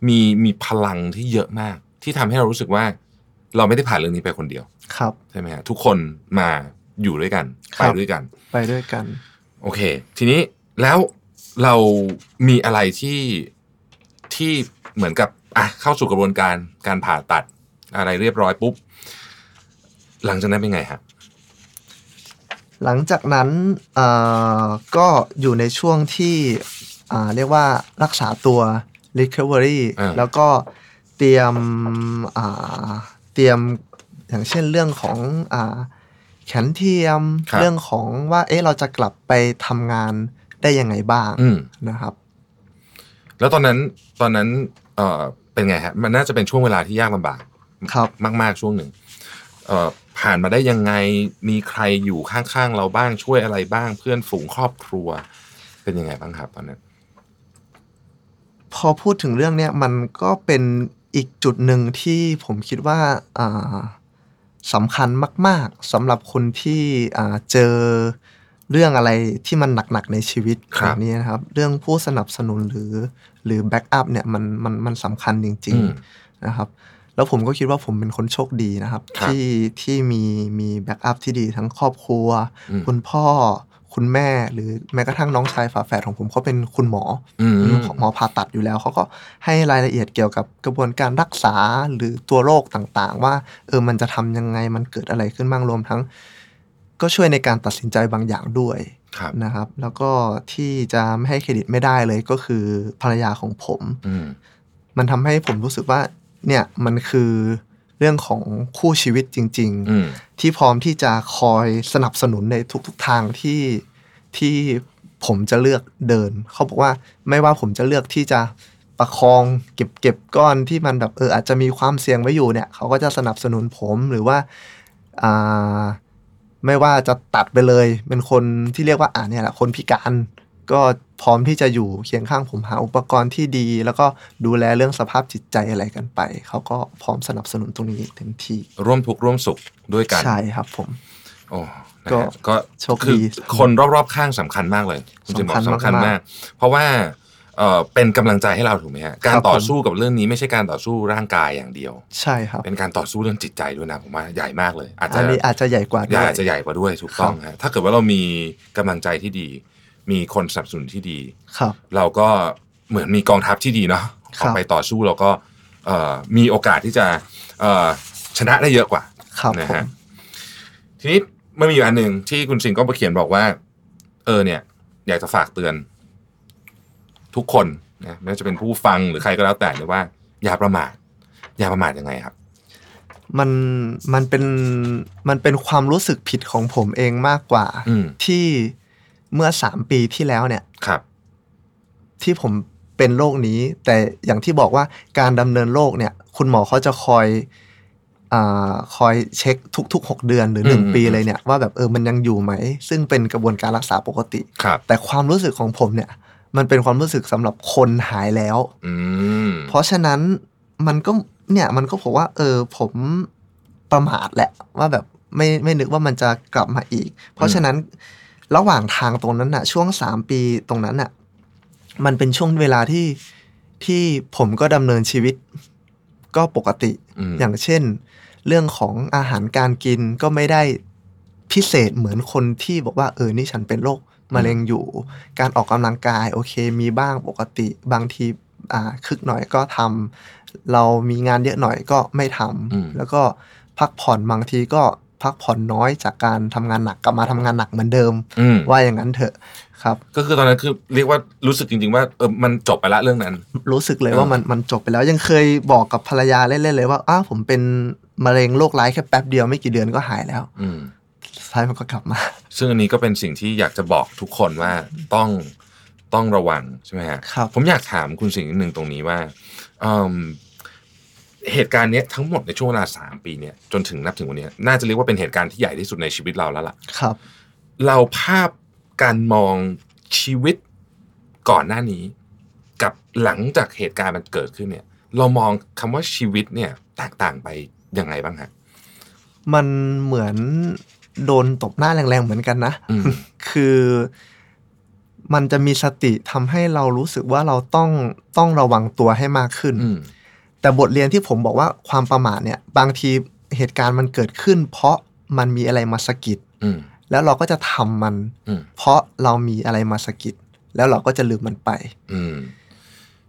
Speaker 2: มีมีพลังที่เยอะมาก ที่ทำให้เรารู้สึกว่า เราไม่ได้ผ่านเรื่องนี้ไปคนเดียว
Speaker 3: ครับ
Speaker 2: ใช่ไหมฮะ ทุกคนมาอยู่ด้วยกัน
Speaker 3: ค
Speaker 2: ไป
Speaker 3: รับ
Speaker 2: ด้วยกัน
Speaker 3: ไปด้วยกัน
Speaker 2: โอเค ทีนี้แล้วเรามีอะไรที่ที่เหมือนกับ อ่ะเข้าสู่กระบวนการการผ่าตัดอะไรเรียบร้อยปุ๊บ หลังจากนั้นเป็นไงฮะ
Speaker 3: หลังจากนั้นเอ่อก็อยู่ในช่วงที่อ่าเรียกว่ารักษาตัว recovery
Speaker 2: อ่า
Speaker 3: แล้วก็เตรียมอ่าเตรียมอย่างเช่นเรื่องของอ่าแขนเทียม เรื่องของว่าเอ๊ะเราจะกลับไปทำงานได้ยังไงบ้าง
Speaker 2: อืม
Speaker 3: นะครับ
Speaker 2: แล้วตอนนั้นตอนนั้นเอ่อเป็นไงฮะ มันน่าจะเป็นช่วงเวลาที่ยากลำบาก
Speaker 3: ครับ
Speaker 2: มาก ๆ ช่วงหนึ่งเอ่อผ่านมาได้ยังไงมีใครอยู่ข้างๆเราบ้างช่วยอะไรบ้าง เพื่อนฝูงครอบครัว เป็นยังไงบ้างครับตอนนั้น
Speaker 3: พอพูดถึงเรื่องเนี้ยมันก็เป็นอีกจุดหนึ่งที่ผมคิดว่าอ่าสำคัญมาก ๆสำหรับคนที่อ่าเจอเรื่องอะไรที่มันหนัก ๆ ในชีวิต
Speaker 2: ครับ
Speaker 3: แบบนี้นะครับ เรื่องผู้สนับสนุนหรือหรือแบ็กอัพเนี่ยมันมันมันสำคัญจริง
Speaker 2: อืม
Speaker 3: ๆนะครับ แล้วผมก็คิดว่าผมเป็นคนโชคดีนะครับ
Speaker 2: ครับ
Speaker 3: ที่ที่มีมีแบ็กอัพที่ดีทั้งครอบครัว
Speaker 2: อืม
Speaker 3: คุณพ่อ คุณแม่หรือแม้กระทั่งน้องชายฝาแฝดของผมเขาเป็นคุณหมอ
Speaker 2: อืม
Speaker 3: หมอผ่าตัดอยู่แล้วเขาก็ให้รายละเอียดเกี่ยวกับกระบวนการรักษาหรือตัวโรคต่างๆ ว่าเออมันจะทำยังไงมันเกิดอะไรขึ้นบ้างรวมทั้ง ก็ช่วยในการตัดสินใจบางอย่างด้วย
Speaker 2: ครับ
Speaker 3: นะครับ แล้วก็ที่จะไม่ให้เครดิตไม่ได้เลยก็คือภรรยาของผม
Speaker 2: อืม
Speaker 3: มันทำให้ผมรู้สึกว่าเนี่ยมันคือเรื่องของคู่ชีวิตจริง ๆ
Speaker 2: อืม
Speaker 3: ที่พร้อมที่จะคอยสนับสนุนในทุกๆทางที่ที่ผมจะเลือกเดิน เขาบอกว่าไม่ว่าผมจะเลือกที่จะประคองเก็บเก็บก้อนที่มันแบบเอออาจจะมีความเสี่ยงไว้อยู่เนี่ย เขาก็จะสนับสนุนผมหรือว่าอ่าไม่ว่าจะตัดไปเลย เป็นคนที่เรียกว่าอ่าเนี่ยแหละคนพิการ ก็พร้อมที่จะอยู่เคียงข้างผมหาอุปกรณ์ที่ดี แล้วก็ดูแลเรื่องสภาพจิตใจอะไรกันไป เขาก็พร้อมสนับสนุนตรงนี้เต็มที่
Speaker 2: ร่วมทุกข์ร่วมสุขด้วยกัน
Speaker 3: ใช่ครับผม
Speaker 2: โอ้นะ
Speaker 3: ก็
Speaker 2: ฮะก็
Speaker 3: โชคดี
Speaker 2: อคนรอบๆข้างสำคัญมากเลยคุณจิมบอก
Speaker 3: สำ
Speaker 2: สำ
Speaker 3: คัญ
Speaker 2: คัญ
Speaker 3: มากๆ
Speaker 2: มาก เพราะว่าเอ่อเป็นกำลังใจให้เราถูกไหมฮะ การ
Speaker 3: ครับผม
Speaker 2: ต่อสู้กับเรื่องนี้ไม่ใช่การต่อสู้ร่างกายอย่างเดียว
Speaker 3: ใช่ครับ
Speaker 2: เป็นการต่อสู้เรื่องจิตใจด้วยนะผมว่าใหญ่มากเลย อาจจะ
Speaker 3: อันนี้อาจจะใหญ่กว่าด้ว
Speaker 2: ให
Speaker 3: ย
Speaker 2: ญ่อาจจะใหญ่กว่าด้วยถูกต้องฮะถ้าเกิดว่าเรามีกำลังใจที่ดี มีคนสนับสนุนที่ดี
Speaker 3: ครับ
Speaker 2: เราก็เหมือนมีกองทัพที่ดีเนาะ
Speaker 3: ค
Speaker 2: อ
Speaker 3: รับ
Speaker 2: อกไปต่อสู้เราก็เอ่อมีโอกาสที่จะเอ่อชนะได้เยอะกว่า
Speaker 3: ครับ
Speaker 2: นะ
Speaker 3: ผม
Speaker 2: ฮะทีนี้มันมีอยู่อันหนึ่งที่คุณสิงห์ก็มาเขียนบอกว่า เออเนี่ย อยากจะฝากเตือน ทุกคนนะไม่ว่าจะเป็นผู้ฟังหรือใครก็แล้วแต่เนี่ยว่า อย่าประมาทอย่าประมาทยังไงครับ
Speaker 3: มันมันเป็นมันเป็นความรู้สึกผิดของผมเองมากกว่า
Speaker 2: อืม
Speaker 3: ที่เมื่อสามปีที่แล้วเนี่ย
Speaker 2: ครับ
Speaker 3: ที่ผมเป็นโรคนี้ แต่อย่างที่บอกว่าการดำเนินโรคเนี่ย คุณหมอเขาจะคอยอาคอยเช็คทุกๆ 6 เดือนหรือ
Speaker 2: อืม
Speaker 3: 1 ปีเลยเนี่ย ว่าแบบเออมันยังอยู่ไหม ซึ่งเป็นกระบวนการรักษาปกติ
Speaker 2: ครับ
Speaker 3: แต่ความรู้สึกของผมเนี่ย มันเป็นความรู้สึกสำหรับคนหายแล้ว
Speaker 2: อืม
Speaker 3: เพราะฉะนั้นมันก็เนี่ยมันก็ผมว่า เออผมประมาทแหละว่าแบบไม่ไม่นึกว่ามันจะกลับมาอีก เพราะฉะนั้นระหว่างทางตรงนั้นน่ะ ช่วงสามปีตรงนั้นน่ะ มันเป็นช่วงเวลาที่ที่ผมก็ดำเนินชีวิตก็ปกติ
Speaker 2: ม
Speaker 3: อย่างเช่น เรื่องของอาหารการกินก็ไม่ได้พิเศษเหมือนคนที่บอกว่าเออนี่ฉันเป็นโรคมะเร็งอยู่ การออกกำลังกายโอเคมีบ้างปกติ บางทีอ่าคึกหน่อยก็ทำเรามีงานเยอะหน่อยก็ไม่ทำแล้วก็พักผ่อนบางทีก็พักผ่อนน้อยจากการทำงานหนักกลับมาทำงานหนักเหมือนเดิม
Speaker 2: อืม
Speaker 3: ว่าอย่างนั้นเถอะครับ
Speaker 2: ก็คือตอนนั้นคือเรียกว่ารู้สึกจริง ๆ ว่าเออมันจบไปละเรื่องนั้น
Speaker 3: รู้สึกเลย
Speaker 2: เออ
Speaker 3: ว่ามันมันจบไปแล้วยังเคยบอกกับภรรยาเล่นๆเลยว่าอ้าวผมเป็นมะเร็งโรคร้ายแค่แป๊บเดียวไม่กี่เดือนก็หายแล้ว
Speaker 2: อืม
Speaker 3: สุดท้ายมันก็กลับมา
Speaker 2: ซึ่งอันนี้ก็เป็นสิ่งที่อยากจะบอกทุกคนว่าต้องต้องระวังใช่ไหมฮะ
Speaker 3: ครับ
Speaker 2: ผมอยากถามคุณสิ่งหนึ่งตรงนี้ว่าเอิ่มเหตุการณ์เนี้ยทั้งหมดในช่วงเวลาสามปีเนี่ยจนถึงนับถึงวันเนี้ยน่าจะเรียกว่าเป็นเหตุการณ์ที่ใหญ่ที่สุดในชีวิตเราแล้วล่ะ
Speaker 3: ครับ
Speaker 2: เราภาพการมองชีวิตก่อนหน้านี้ กับหลังจากเหตุการณ์มันเกิดขึ้นเนี่ย เรามองคำว่าชีวิตเนี่ยแตกต่างไปยังไงบ้างฮะ
Speaker 3: มันเหมือนโดนตบหน้าแรงๆเหมือนกันนะ
Speaker 2: อืม
Speaker 3: คือมันจะมีสติทำให้เรารู้สึกว่าเราต้องต้องระวังตัวให้มากขึ้น
Speaker 2: อืม
Speaker 3: แต่บทเรียนที่ผมบอกว่าความประมาทเนี่ย บางทีเหตุการณ์มันเกิดขึ้น เพราะมันมีอะไรมาสะกิด
Speaker 2: อืม
Speaker 3: แล้วเราก็จะทำมัน
Speaker 2: อืม
Speaker 3: เพราะเรามีอะไรมาสะกิด แล้วเราก็จะลืมมันไป
Speaker 2: อืม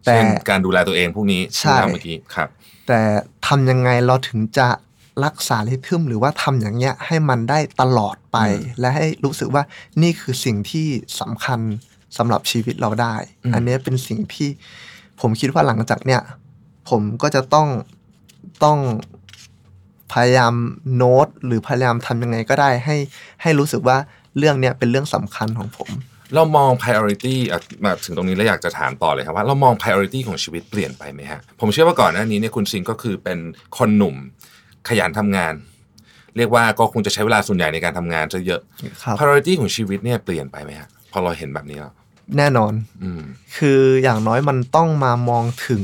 Speaker 3: แต่
Speaker 2: เช่นการดูแลตัวเองพวกนี้
Speaker 3: ใช่
Speaker 2: ที่เราเมื่อกี้ครับ
Speaker 3: แต่ทำยังไงเราถึงจะรักษาริทึมหรือว่าทำอย่างเงี้ยให้มันได้ตลอดไป
Speaker 2: อืม
Speaker 3: และให้รู้สึกว่านี่คือสิ่งที่สำคัญสำหรับชีวิตเราได้
Speaker 2: อืม
Speaker 3: อันเนี้ยเป็นสิ่งที่ผมคิดว่าหลังจากเนี่ย ผมก็จะต้องต้องพยายามโน้ตหรือพยายามทำยังไงก็ได้ให้ให้รู้สึกว่าเรื่องเนี้ยเป็นเรื่องสำคัญของผม
Speaker 2: เรามอง priority อ่ะมาถึงตรงนี้แล้วอยากจะถามต่อเลยครับว่าเรามอง priority ของชีวิตเปลี่ยนไปไหมฮะ ผมเชื่อว่าก่อนหน้านี้เนี่ยคุณซิงก็คือเป็นคนหนุ่มขยันทำงาน เรียกว่าก็คงจะใช้เวลาส่วนใหญ่ในการทำงานซะเยอะ
Speaker 3: ครับ
Speaker 2: priority ของชีวิตเนี่ยเปลี่ยนไปไหมฮะพอเราเห็นแบบนี้แล้ว
Speaker 3: แน่นอน
Speaker 2: อืม
Speaker 3: คืออย่างน้อยมันต้องมามองถึง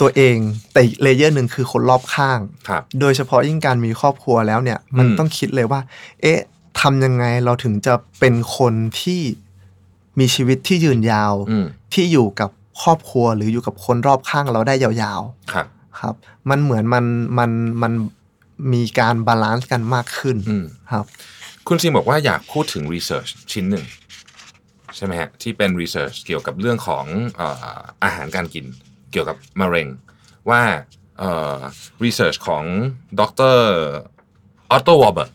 Speaker 3: ตัวเอง แต่อีกเลเยอร์หนึ่งคือคนรอบข้าง
Speaker 2: ครับ
Speaker 3: โดยเฉพาะยิ่งการมีครอบครัวแล้วเนี่ย มัน
Speaker 2: อืม
Speaker 3: ต้องคิดเลยว่า เอ๊ะทำยังไงเราถึงจะเป็นคนที่มีชีวิตที่ยืนยาว
Speaker 2: อืม
Speaker 3: ที่อยู่กับครอบครัวหรืออยู่กับคนรอบข้างเราได้ยาว
Speaker 2: ครับ
Speaker 3: ๆครับ มันเหมือนมันมันมันมีการบาลานซ์กันมากขึ้น
Speaker 2: อืม
Speaker 3: ครับ
Speaker 2: คุณซิงบอกว่าอยากพูดถึง research ชิ้นหนึ่ง ใช่ไหมฮะ ที่เป็น research เกี่ยวกับเรื่องของเอ่ออาหารการกิน เกี่ยวกับมะเร็ง ว่าเอ่อ research ของดรออตโตวอเบิร์ต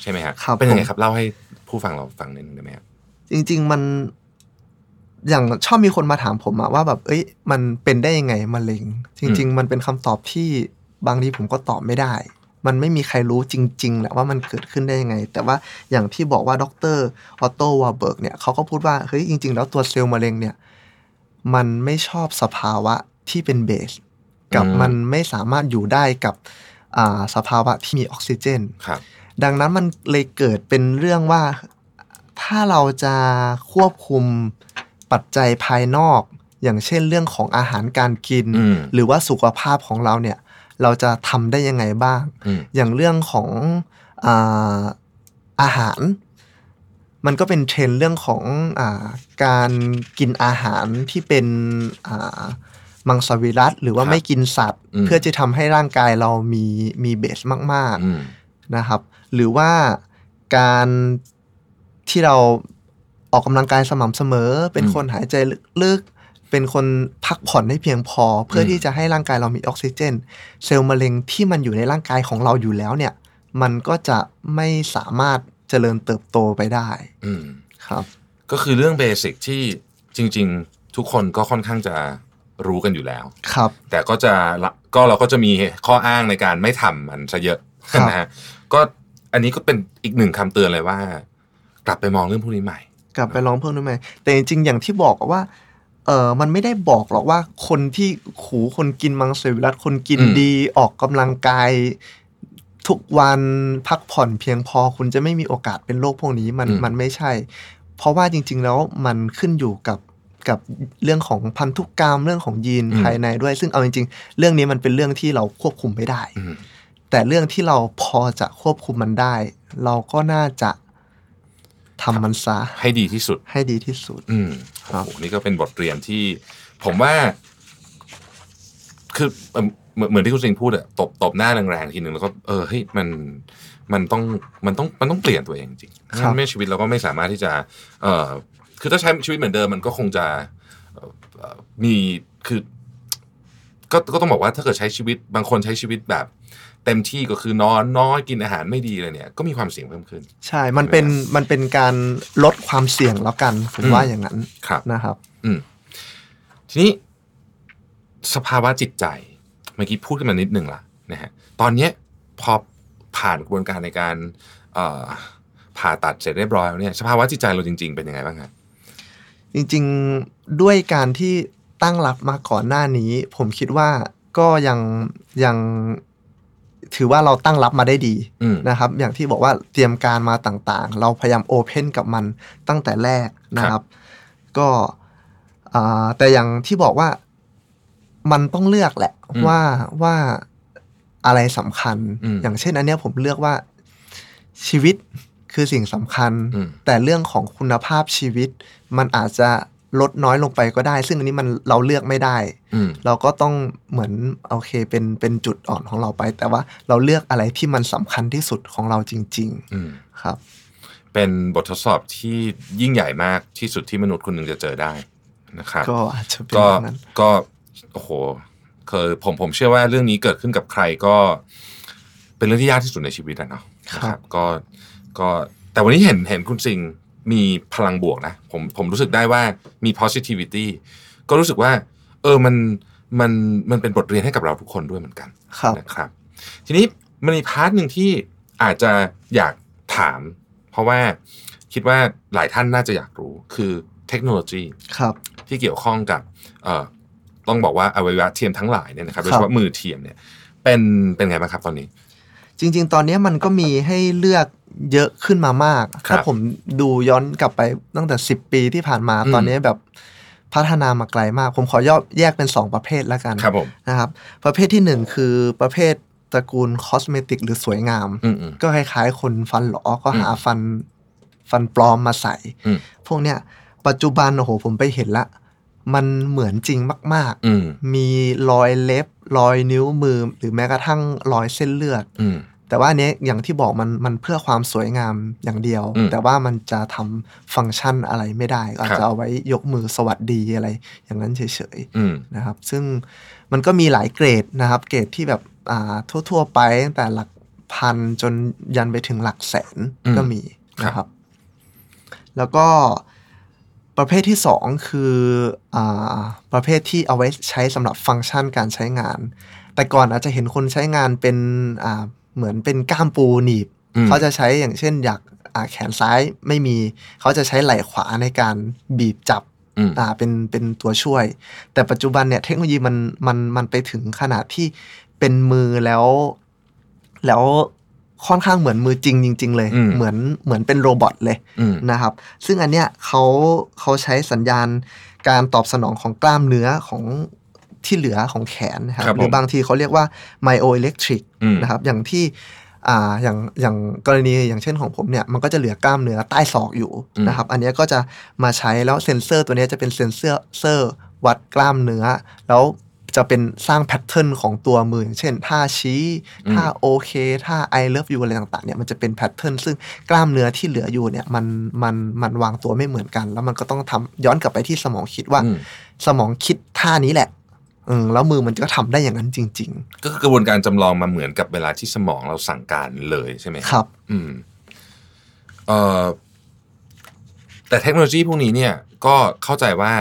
Speaker 2: ใช่ไหมฮะ
Speaker 3: ครับ
Speaker 2: เป็นยังไงครับ เล่าให้ผู้ฟังเราฟังนิดนึงได้ไหมฮะ
Speaker 3: จริงๆมันอย่างชอบมีคนมาถามผมอะว่าแบบ เอ้ย มันเป็นได้ยังไงมะเร็ง จริง ๆ มันเป็นคำตอบที่บางทีผมก็ตอบไม่ได้ มันไม่มีใครรู้จริง ๆแหละว่ามันเกิดขึ้นได้ยังไง แต่ว่าอย่างที่บอกว่าดรออโตวาเบิร์กเนี่ยเขาก็พูดว่าเฮ้ยจริง ๆ แล้วตัวเซลล์มะเร็งเนี่ย มันไม่ชอบสภาวะที่เป็นเบส กับ
Speaker 2: อืม
Speaker 3: มันไม่สามารถอยู่ได้กับอ่าสภาวะที่มีออกซิเจน
Speaker 2: ครับ
Speaker 3: ดังนั้นมันเลยเกิดเป็นเรื่องว่าถ้าเราจะควบคุมปัจจัยภายนอก อย่างเช่นเรื่องของอาหารการกิน
Speaker 2: อืม
Speaker 3: หรือว่าสุขภาพของเราเนี่ย เราจะทำได้ยังไงบ้าง
Speaker 2: อืม
Speaker 3: อย่างเรื่องของอาอาหาร มันก็เป็นเทรนด์เรื่องของอาการกินอาหารที่เป็นอ่ามังสวิรัตหรือว่า
Speaker 2: ครับ
Speaker 3: ไม่กินสัตว์
Speaker 2: อืม
Speaker 3: เพื่อจะทำให้ร่างกายเรามีมีเบสมาก ๆ
Speaker 2: อืม
Speaker 3: นะครับหรือว่าการที่เราออกกำลังกายสม่ำเสมอ เป็น
Speaker 2: อืม
Speaker 3: คนหายใจลึกๆ เป็นคนพักผ่อนให้เพียงพอ เพื่ออ
Speaker 2: ม
Speaker 3: ที่จะให้ร่างกายเรามีออกซิเจน เซลล์มะเร็งที่มันอยู่ในร่างกายของเราอยู่แล้วเนี่ย มันก็จะไม่สามารถเจริญเติบโตไปได้
Speaker 2: อืม
Speaker 3: ครับ
Speaker 2: ก็คือเรื่องเบสิกที่จริง ๆ ทุกคนก็ค่อนข้างจะรู้กันอยู่แล้ว
Speaker 3: ครับ
Speaker 2: แต่ก็จะละก็เราก็จะมีข้ออ้างในการไม่ทำมันซะเยอะ
Speaker 3: ครับ
Speaker 2: นะฮะก็อันนี้ก็เป็นอีกหนึ่งคำเตือนเลยว่า กลับไปมองเรื่องพวกนี้ใหม่
Speaker 3: กลับไปร้องเพิ่มได้ไหมแต่จริงๆ อย่างที่บอกว่า เออมันไม่ได้บอกหรอกว่าคนที่ขูคนกินมังสวิรัตคนกิน
Speaker 2: อืม
Speaker 3: ดีออกกำลังกายทุกวันพักผ่อนเพียงพอคุณจะไม่มีโอกาสเป็นโรคพวกนี้มันมันไม่ใช่ เพราะว่าจริง ๆ แล้วมันขึ้นอยู่กับกับเรื่องของพันธุกรรมเรื่องของยีนภายในด้วย ซึ่งเอาจริง ๆ เรื่องนี้มันเป็นเรื่องที่เราควบคุมไม่ได้
Speaker 2: อืม
Speaker 3: แต่เรื่องที่เราพอจะควบคุมมันได้ เราก็น่าจะทำมันซะ
Speaker 2: ให้ดีที่สุด
Speaker 3: ให้ดีที่สุด
Speaker 2: อืม
Speaker 3: ครับ
Speaker 2: โอ้โหนี่ก็เป็นบทเรียนที่ ผมว่า คือเอิ่มเหมือนเหมือนที่คุณสิงห์พูดอะตบตบหน้าแรงๆทีหนึ่งแล้วก็เออเฮ้ยมันมันต้องมันต้องมันต้องเปลี่ยนตัวเองจริง
Speaker 3: ครับ
Speaker 2: ไม่ชีวิตเราก็ไม่สามารถที่จะ เออคือถ้าใช้ชีวิตเหมือนเดิมมันก็คงจะเอ่อเอ่อมีคือก็ก็ต้องบอกว่าถ้าเกิดใช้ชีวิตบางคนใช้ชีวิตแบบ เต็มที่ก็คือนอนน้อยกินอาหารไม่ดีเลยเนี่ยก็มีความเสี่ยงเพิ่มขึ้น
Speaker 3: ใช่ มันเป็น มันเป็นการลดความเสี่ยงแล้วกัน ผมว่า
Speaker 2: อืม
Speaker 3: อย่างนั้น
Speaker 2: ครับ
Speaker 3: นะครับ
Speaker 2: อืมทีนี้สภาวะจิตใจเมื่อกี้พูดกันมานิดหนึ่งละนะฮะตอนเนี้ยพอผ่านกระบวนการในการเอ่อผ่าตัดเสร็จเรียบร้อยแล้วเนี่ยสภาวะจิตใจเราจริง ๆ เป็นยังไงบ้างฮะ
Speaker 3: จริงๆ ด้วยการที่ตั้งรับมาก่อนหน้านี้ ผมคิดว่าก็ยังยังถือว่าเราตั้งรับมาได้ดี
Speaker 2: อืม
Speaker 3: นะครับ อย่างที่บอกว่าเตรียมการมาต่างๆ เราพยายามโอเพนกับมันตั้งแต่แรกนะ
Speaker 2: ค
Speaker 3: ค
Speaker 2: รั
Speaker 3: รับ
Speaker 2: บ
Speaker 3: ก็อ่าแต่อย่างที่บอกว่ามันต้องเลือกแหละว่าว่าอะไรสำคัญ
Speaker 2: อืม
Speaker 3: อย่างเช่นอันเนี้ยผมเลือกว่าชีวิตคือสิ่งสำคัญ
Speaker 2: อืม
Speaker 3: แต่เรื่องของคุณภาพชีวิต มันอาจจะลดน้อยลงไปก็ได้ ซึ่งอันนี้มันเราเลือกไม่ได้
Speaker 2: อืม
Speaker 3: เราก็ต้องเหมือนโอเคเป็นเป็นจุดอ่อนของเราไป แต่ว่าเราเลือกอะไรที่มันสำคัญที่สุดของเราจริง
Speaker 2: อืม
Speaker 3: ๆ ครับ
Speaker 2: เป็นบททดสอบที่ยิ่งใหญ่มากที่สุดที่มนุษย์คนหนึ่งจะเจอได้ นะครับ
Speaker 3: ก็อาจจะเป็น
Speaker 2: ก็
Speaker 3: แบบนั้น
Speaker 2: ก็โอ้โหคือผมผมเชื่อว่าเรื่องนี้เกิดขึ้นกับใครก็ เป็นเรื่องที่ยากที่สุดในชีวิตอะเนาะ
Speaker 3: ครับ
Speaker 2: นะก็ก็แต่วันนี้เห็นเห็นคุณสิงห์มีพลังบวกนะผมผมรู้สึกได้ว่ามี positivity ก็รู้สึกว่า เออมันมันมันเป็นบทเรียนให้กับเราทุกคนด้วยเหมือนกัน
Speaker 3: ครับ
Speaker 2: นะครับทีนี้มันมีพาร์ทหนึ่งที่อาจจะอยากถาม เพราะว่าคิดว่าหลายท่านน่าจะอยากรู้คือเทคโนโลยี
Speaker 3: ครับ
Speaker 2: ที่เกี่ยวข้องกับเอ่อต้องบอกว่าอวัยวะเทียมทั้งหลายเนี่ยนะครับ
Speaker 3: ค
Speaker 2: โด
Speaker 3: รับ
Speaker 2: ยเฉพาะมือเทียมเนี่ยเป็นเป็นไงบ้างครับตอนนี้
Speaker 3: จริง ๆ ตอนนี้มันก็มีให้เลือกเยอะขึ้นมามาก
Speaker 2: ครับ
Speaker 3: ถ้าผมดูย้อนกลับไปตั้งแต่ 10 ปีที่ผ่านมา
Speaker 2: อืม
Speaker 3: ตอนนี้แบบพัฒนามาไกลมาก ผมขอย่อแยกเป็น 2 ประเภทแล้วกัน
Speaker 2: ครับผม
Speaker 3: นะครับ ประเภทที่ 1 คือประเภทตระกูลคอสเมติกหรือสวยงาม
Speaker 2: อืมอืม
Speaker 3: ก็คล้ายๆ คนฟันหลอก็หาฟันฟันปลอมมาใส่
Speaker 2: อืม
Speaker 3: พวกเนี้ยปัจจุบันโอ้โหผมไปเห็นละ มันเหมือนจริงมาก
Speaker 2: อืม
Speaker 3: ๆ มีรอยเล็บ รอยนิ้วมือ หรือแม้กระทั่งรอยเส้นเลือด
Speaker 2: อืม
Speaker 3: แต่ว่าอันเนี้ยอย่างที่บอกมันมันเพื่อความสวยงามอย่างเดียว
Speaker 2: อืม
Speaker 3: แต่ว่ามันจะทำฟังก์ชันอะไรไม่ได้ก็อาจ
Speaker 2: ครับ
Speaker 3: จะเอาไว้ยกมือสวัสดีอะไรอย่างนั้นเฉย
Speaker 2: อืม
Speaker 3: ๆนะครับ ซึ่งมันก็มีหลายเกรดนะครับ เกรดที่แบบอ่าทั่วๆไปตั้งแต่หลักพันจนยันไปถึงหลักแสนก็มีนะครับ แล้วก็ประเภทที่สองคืออาประเภทที่เอาไว้ใช้สำหรับฟังก์ชันการใช้งาน แต่ก่อนอาจจะเห็นคนใช้งานเป็นอ่าเหมือนเป็นกล้ามปูหนีบ
Speaker 2: อืม
Speaker 3: เขาจะใช้อย่างเช่นอยากอ่าแขนซ้ายไม่มี เขาจะใช้ไหล่ขวาในการบีบจับ
Speaker 2: อืม
Speaker 3: อ่าเป็นเป็นตัวช่วย แต่ปัจจุบันเนี่ยเทคโนโลยีมันมันมันไปถึงขนาดที่เป็นมือแล้ว แล้วค่อนข้างเหมือนมือจริงจริง ๆ เลย
Speaker 2: อืม
Speaker 3: เหมือนเหมือนเป็นโรบอทเลย
Speaker 2: อืม
Speaker 3: นะครับ ซึ่งอันเนี้ยเขาเขาใช้สัญญาณการตอบสนองของกล้ามเนื้อของที่เหลือของแขนนะครับ
Speaker 2: ครับผม
Speaker 3: หรือบางทีเขาเรียกว่า myoelectric
Speaker 2: อืม
Speaker 3: นะครับ อย่างที่อ่าอย่างอย่างกรณีอย่างเช่นของผมเนี่ย มันก็จะเหลือกล้ามเนื้อใต้ศอกอยู่นะครับ อันเนี้ยก็จะมาใช้แล้วเซ็นเซอร์ตัวเนี้ยจะเป็นเซ็นเซอร์เซอร์วัดกล้ามเนื้อ แล้วจะเป็นสร้างแพทเทิร์นของตัวมืออย่างเช่นท่าชี้ท่า โอเค ถ้า I love you อะไรต่างๆ เนี่ย มันจะเป็นแพทเทิร์น ซึ่งกล้ามเนื้อที่เหลืออยู่เนี่ย มัน มัน มันวางตัวไม่เหมือนกัน แล้วมันก็ต้องทำย้อนกลับไปที่สมองคิดว่า
Speaker 2: อืม
Speaker 3: สมองคิดท่านี้แหละ อืม แล้วมือมันก็ทำได้อย่างนั้นจริง
Speaker 2: ก็คือกระบวนการจำลองมาเหมือนกับเวลาที่สมองเราสั่งการเลยใช่ไหมค
Speaker 3: ๆครับ รับ
Speaker 2: อืมเอ่อแต่เทคโนโลยีพวกนี้เนี่ย ก็เข้าใจว่า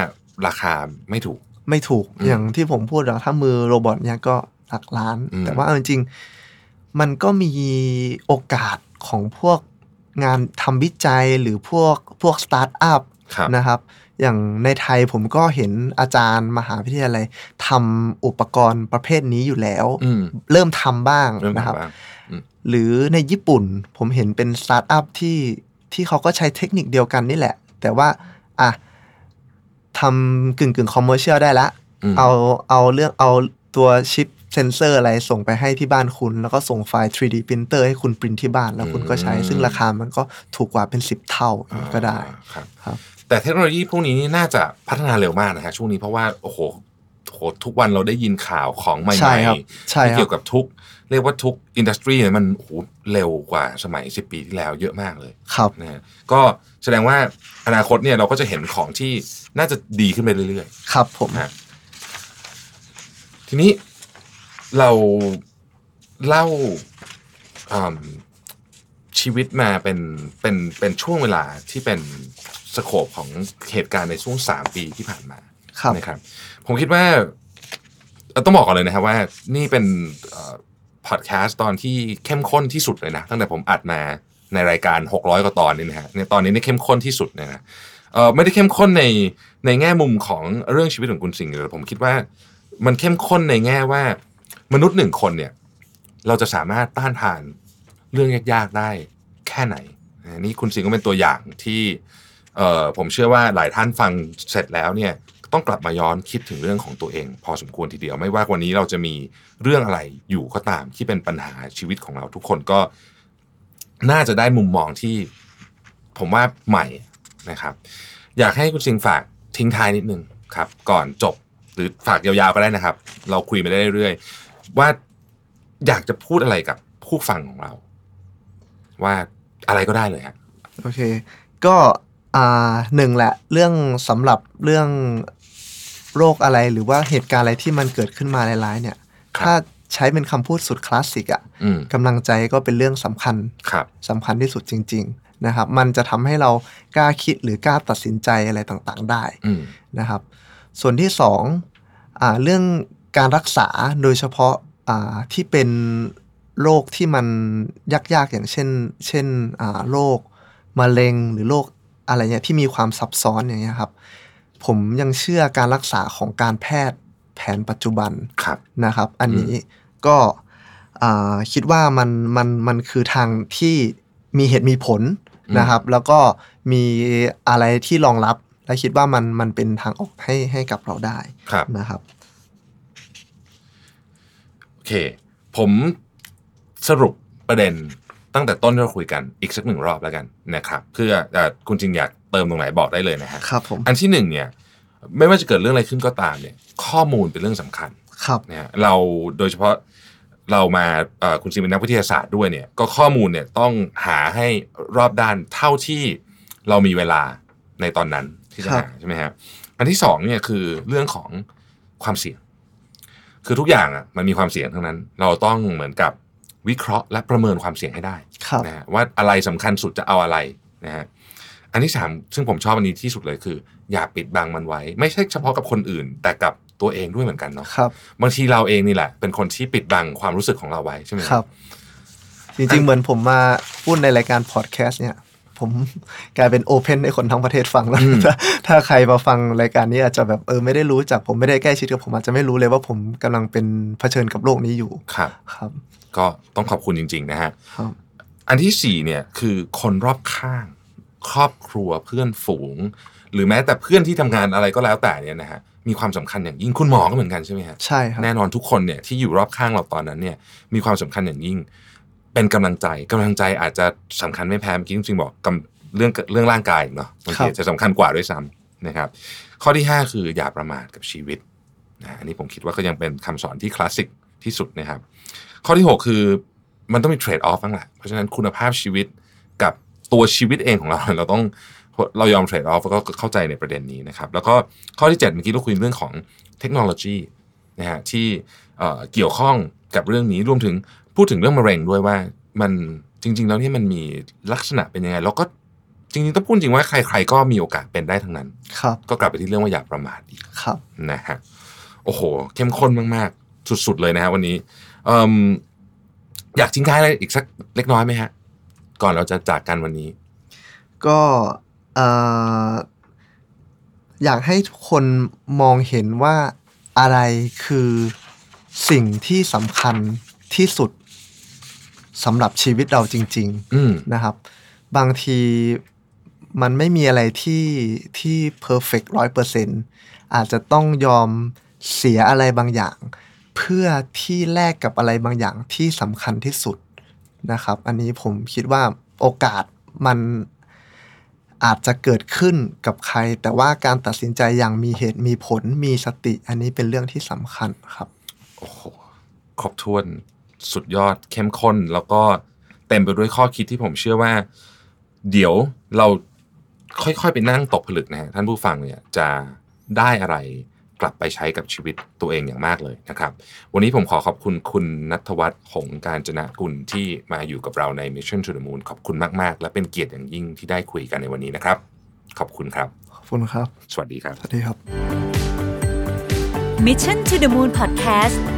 Speaker 2: ราคาไม่ถูก
Speaker 3: ไม่ถูก
Speaker 2: อืม
Speaker 3: อย่างที่ผมพูดแล้วถ้ามือโรบอทเนี่ยก็หลักล้าน
Speaker 2: อืม
Speaker 3: แต่ว่าเอาจริงๆ มันก็มีโอกาสของพวกงานทำวิจัยหรือพวก พวกสตาร์ทอัพ
Speaker 2: ครับ
Speaker 3: นะครับ อย่างในไทยผมก็เห็นอาจารย์มหาวิทยาลัยทำอุปกรณ์ประเภทนี้อยู่แล้ว
Speaker 2: อืม
Speaker 3: เริ่มทำบ้าง
Speaker 2: เรื่องไหน
Speaker 3: นะครับ
Speaker 2: บ้าง
Speaker 3: หรือในญี่ปุ่นผมเห็นเป็นสตาร์ทอัพที่ที่เขาก็ใช้เทคนิคเดียวกันนี่แหละ แต่ว่าอ่ะทำกึ่งกึ่งคอมเมอร์เชียลได้ละ
Speaker 2: อืม
Speaker 3: เอาเอาเรื่องเอาตัวชิปเซนเซอร์อะไรส่งไปให้ที่บ้านคุณ แล้วก็ส่งไฟล์ 3D printer ให้คุณปรินที่บ้านแล้วคุณก็ใช้ ซึ่งราคามันก็ถูกกว่าเป็น 10 เท่าก็ได้
Speaker 2: อ่าครับ
Speaker 3: ครับ
Speaker 2: แต่เทคโนโลยีพวกนี้นี่น่าจะพัฒนาเร็วมากนะฮะช่วงนี้เพราะว่าโอ้โหโอ้โหทุกวันเราได้ยินข่าวของใหม่ๆ
Speaker 3: ใช่ครับใช่
Speaker 2: ที่
Speaker 3: ครับ
Speaker 2: เกี่ยวกับทุก เรียกว่าทุกอินดัสทรีเนี่ยมันโอ้โหเร็วกว่าสมัย 10 ปีที่แล้วเยอะมากเลย
Speaker 3: ครับ
Speaker 2: นะฮะก็แสดงว่าอนาคตเนี่ยเราก็จะเห็นของที่น่าจะดีขึ้นไปเรื่อย
Speaker 3: ครับผม
Speaker 2: ฮะ ๆ ทีนี้เราเล่าอืมชีวิตมาเป็นเป็นเป็นช่วงเวลาที่เป็นสโคปของเหตุการณ์ในช่วง 3 ปีที่ผ่านมา
Speaker 3: ครับ
Speaker 2: นะครับผมคิดว่าเอ่อต้องบอกก่อนเลยนะครับว่านี่เป็นพอดแคสต์ตอนที่เข้มข้นที่สุดเลยนะ ตั้งแต่ผมอัดมาในรายการ 600 กว่าตอนนี่นะฮะในตอนนี้นี่เข้มข้นที่สุดเลยนะเอ่อไม่ได้เข้มข้นในในแง่มุมของเรื่องชีวิตของคุณสิงห์แต่ผมคิดว่ามันเข้มข้นในแง่ว่ามนุษย์หนึ่งคนเนี่ย เราจะสามารถต้านทานเรื่องยากๆได้แค่ไหนนะนี่คุณสิงห์ก็เป็นตัวอย่างที่ เอ่อผมเชื่อว่าหลายท่านฟังเสร็จแล้วเนี่ยต้องกลับมาย้อนคิดถึงเรื่องของตัวเอง พอสมควรทีเดียวไม่ว่าวันนี้เราจะมีเรื่องอะไรอยู่ก็ตามที่เป็นปัญหาชีวิตของเราทุกคนก็น่าจะได้มุมมองที่ผมว่าใหม่นะครับ อยากให้คุณสิงห์ฝากทิ้งท้ายนิดนึงครับ ก่อนจบหรือฝากยาวๆก็ได้นะครับ เราคุยไปได้เรื่อยๆว่าอยากจะพูดอะไรกับผู้ฟังของเรา ว่าอะไรก็ได้เลยฮะ
Speaker 3: โอเค ก็อ่าหนึ่งแหละ เรื่องสำหรับเรื่อง โรคอะไรหรือว่าเหตุการณ์อะไรที่มันเกิดขึ้นมาร้ายๆเนี่ย
Speaker 2: ครับ
Speaker 3: ถ้าใช้เป็นคำพูดสุดคลาสสิกอะ
Speaker 2: อืม
Speaker 3: กำลังใจก็เป็นเรื่องสำคัญ
Speaker 2: ครับ
Speaker 3: สำคัญที่สุดจริง ๆนะครับ มันจะทำให้เรากล้าคิดหรือกล้าตัดสินใจอะไรต่างๆได้
Speaker 2: อืม
Speaker 3: นะครับส่วนที่สองอาเรื่องการรักษาโดยเฉพาะอ่าที่เป็นโรคที่มันยากๆอย่างเช่น เช่นอ่าโรคมะเร็งหรือโรคอะไรเนี่ยที่มีความซับซ้อนอย่างเงี้ยครับผมยังเชื่อการรักษาของการแพทย์แผนปัจจุบัน
Speaker 2: ครับ
Speaker 3: นะครับ อันนี้ก็อ่าคิดว่ามันมันมันคือทางที่มีเหตุมีผล นะครับแล้วก็มีอะไรที่รองรับและคิดว่ามันมันเป็นทางออกให้ให้กับเราได้
Speaker 2: ครับ
Speaker 3: นะครับ
Speaker 2: โอเค ผมสรุปประเด็นตั้งแต่ต้นที่เราคุยกันอีกสักหนึ่งรอบแล้วกันนะครับ เพื่อเอ่อคุณจริงอยากเติมตรงไหนบอกได้เลยนะฮะ
Speaker 3: ครับผม
Speaker 2: อันที่หนึ่งเนี่ยไม่ว่าจะเกิดเรื่องอะไรขึ้นก็ตามเนี่ย ข้อมูลเป็นเรื่องสำคัญ
Speaker 3: ครับ
Speaker 2: นะฮะเราโดยเฉพาะเรามาเอ่อคุณซิมเป็นนักวิทยาศาสตร์ด้วยเนี่ยก็ข้อมูลเนี่ยต้องหาให้รอบด้านเท่าที่เรามีเวลาในตอนนั้นที่จะ
Speaker 3: ครับ
Speaker 2: หาใช่ไหมฮะอันที่สองเนี่ยคือเรื่องของความเสี่ยง คือทุกอย่างอ่ะมันมีความเสี่ยงทั้งนั้น เราต้องเหมือนกับวิเคราะห์และประเมินความเสี่ยงให้ได้
Speaker 3: ครับ
Speaker 2: นะฮะว่าอะไรสำคัญสุดจะเอาอะไรนะฮะอันที่สามซึ่งผมชอบอันนี้ที่สุดเลยคือ อย่าปิดบังมันไว้ ไม่ใช่เฉพาะกับคนอื่น แต่กับตัวเองด้วยเหมือนกันเนาะ
Speaker 3: ครับ
Speaker 2: บางทีเราเองนี่แหละ เป็นคนที่ปิดบังความรู้สึกของเราไว้ใช่ไหม
Speaker 3: ครับ จริงๆ เหมือนผมมาพูดในรายการพอดแคสต์เนี่ย ผม กลายเป็นโอเพนให้คนทั้งประเทศฟังแล้วถ้าถ้าใครมาฟังรายการนี้อาจจะแบบเออไม่ได้รู้จักผมไม่ได้ใกล้ชิดกับผมอาจจะไม่รู้เลยว่าผมกำลังเป็นเผชิญกับโลกนี้อยู่
Speaker 2: ครับ
Speaker 3: ครับ
Speaker 2: ก็ต้องขอบคุณจริง ๆ นะฮะ
Speaker 3: ครับ
Speaker 2: อันที่สี่เนี่ยคือคนรอบข้าง ครอบครัวเพื่อนฝูง หรือแม้แต่เพื่อนที่ทำงานอะไรก็แล้วแต่เนี่ยนะฮะมีความสำคัญอย่างยิ่งคุณหมอก็เหมือนกันใช่ไหมฮะ
Speaker 3: ใช่ครับ
Speaker 2: แน่นอนทุกคนเนี่ยที่อยู่รอบข้างเราตอนนั้นเนี่ยมีความสำคัญอย่างยิ่ง เป็นกำลังใจกำลังใจอาจจะสำคัญไม่แพ้เมื่อกี้จริงๆบอกกำเรื่องเรื่องร่างกายเนาะบาง
Speaker 3: ครั
Speaker 2: ที
Speaker 3: บ
Speaker 2: จะสำคัญกว่าด้วยซ้ำนะครับ ข้อที่ 5 คืออย่าประมาทกับชีวิตนะอันนี้ผมคิดว่าก็ยังเป็นคำสอนที่คลาสสิกที่สุดนะครับ ข้อที่ 6 คือมันต้องมีเทรดออฟบ้างแหละเพราะฉะนั้นคุณภาพชีวิตกับตัวชีวิตเองของเรา เราต้องเรายอมเทรดออฟแล้วก็เข้าใจในประเด็นนี้นะครับ แล้วก็ข้อที่ 7 เมื่อกี้เราคุยเรื่องของเทคโนโลยีนะฮะที่เอ่อเกี่ยวข้องกับเรื่องนี้รวมถึงพูดถึงเรื่องมะเร็งด้วยว่ามันจริง ๆ แล้วเนี่ยมันมีลักษณะเป็นยังไงแล้วก็จริงๆต้องพูดจริงว่าใคร ๆ ก็มีโอกาสเป็นได้ทั้งนั้น
Speaker 3: ครับ
Speaker 2: ก็กลับไปที่เรื่องว่าอย่าประมาทอีก
Speaker 3: ครับ
Speaker 2: นะฮะโอ้โห เข้มข้นมาก ๆ สุด ๆ เลยนะฮะวันนี้เอิ่มอยากทิ้งท้ายอะไรอีกสักเล็กน้อยไหมฮะ ก่อนเราจะจากกันวันนี้
Speaker 3: ก็เอ่ออยากให้ทุกคนมองเห็นว่าอะไรคือสิ่งที่สำคัญที่สุดสำหรับชีวิตเราจริง
Speaker 2: อืม
Speaker 3: ๆนะครับ บางทีมันไม่มีอะไรที่ที่เพอร์เฟกต์ร้อยเปอร์เซ็นอาจจะต้องยอมเสียอะไรบางอย่าง เพื่อที่แลกกับอะไรบางอย่างที่สำคัญที่สุดนะครับ อันนี้ผมคิดว่าโอกาสมันอาจจะเกิดขึ้นกับใคร แต่ว่าการตัดสินใจอย่างมีเหตุมีผลมีสติ อันนี้เป็นเรื่องที่สำคัญครับ
Speaker 2: โอ้โห ครบถ้วนสุดยอดเข้มข้น แล้วก็เต็มไปด้วยข้อคิดที่ผมเชื่อว่า เดี๋ยวเราค่อยๆไปนั่งตกผลึกนะฮะท่านผู้ฟังเนี่ยจะได้อะไรกลับไปใช้กับชีวิตตัวเองอย่างมากเลยนะครับ วันนี้ผมขอขอบคุณคุณนัทวัฒน์หงส์การจนะกุลที่มาอยู่กับเราใน Mission to the Moon ขอบคุณมากๆ และเป็นเกียรติอย่างยิ่งที่ได้คุยกันในวันนี้นะครับ ขอบคุณครับ
Speaker 3: ขอบคุณครับ
Speaker 2: สวัสดีครับ
Speaker 3: สวัสดีครับ
Speaker 1: Mission to the Moon Podcast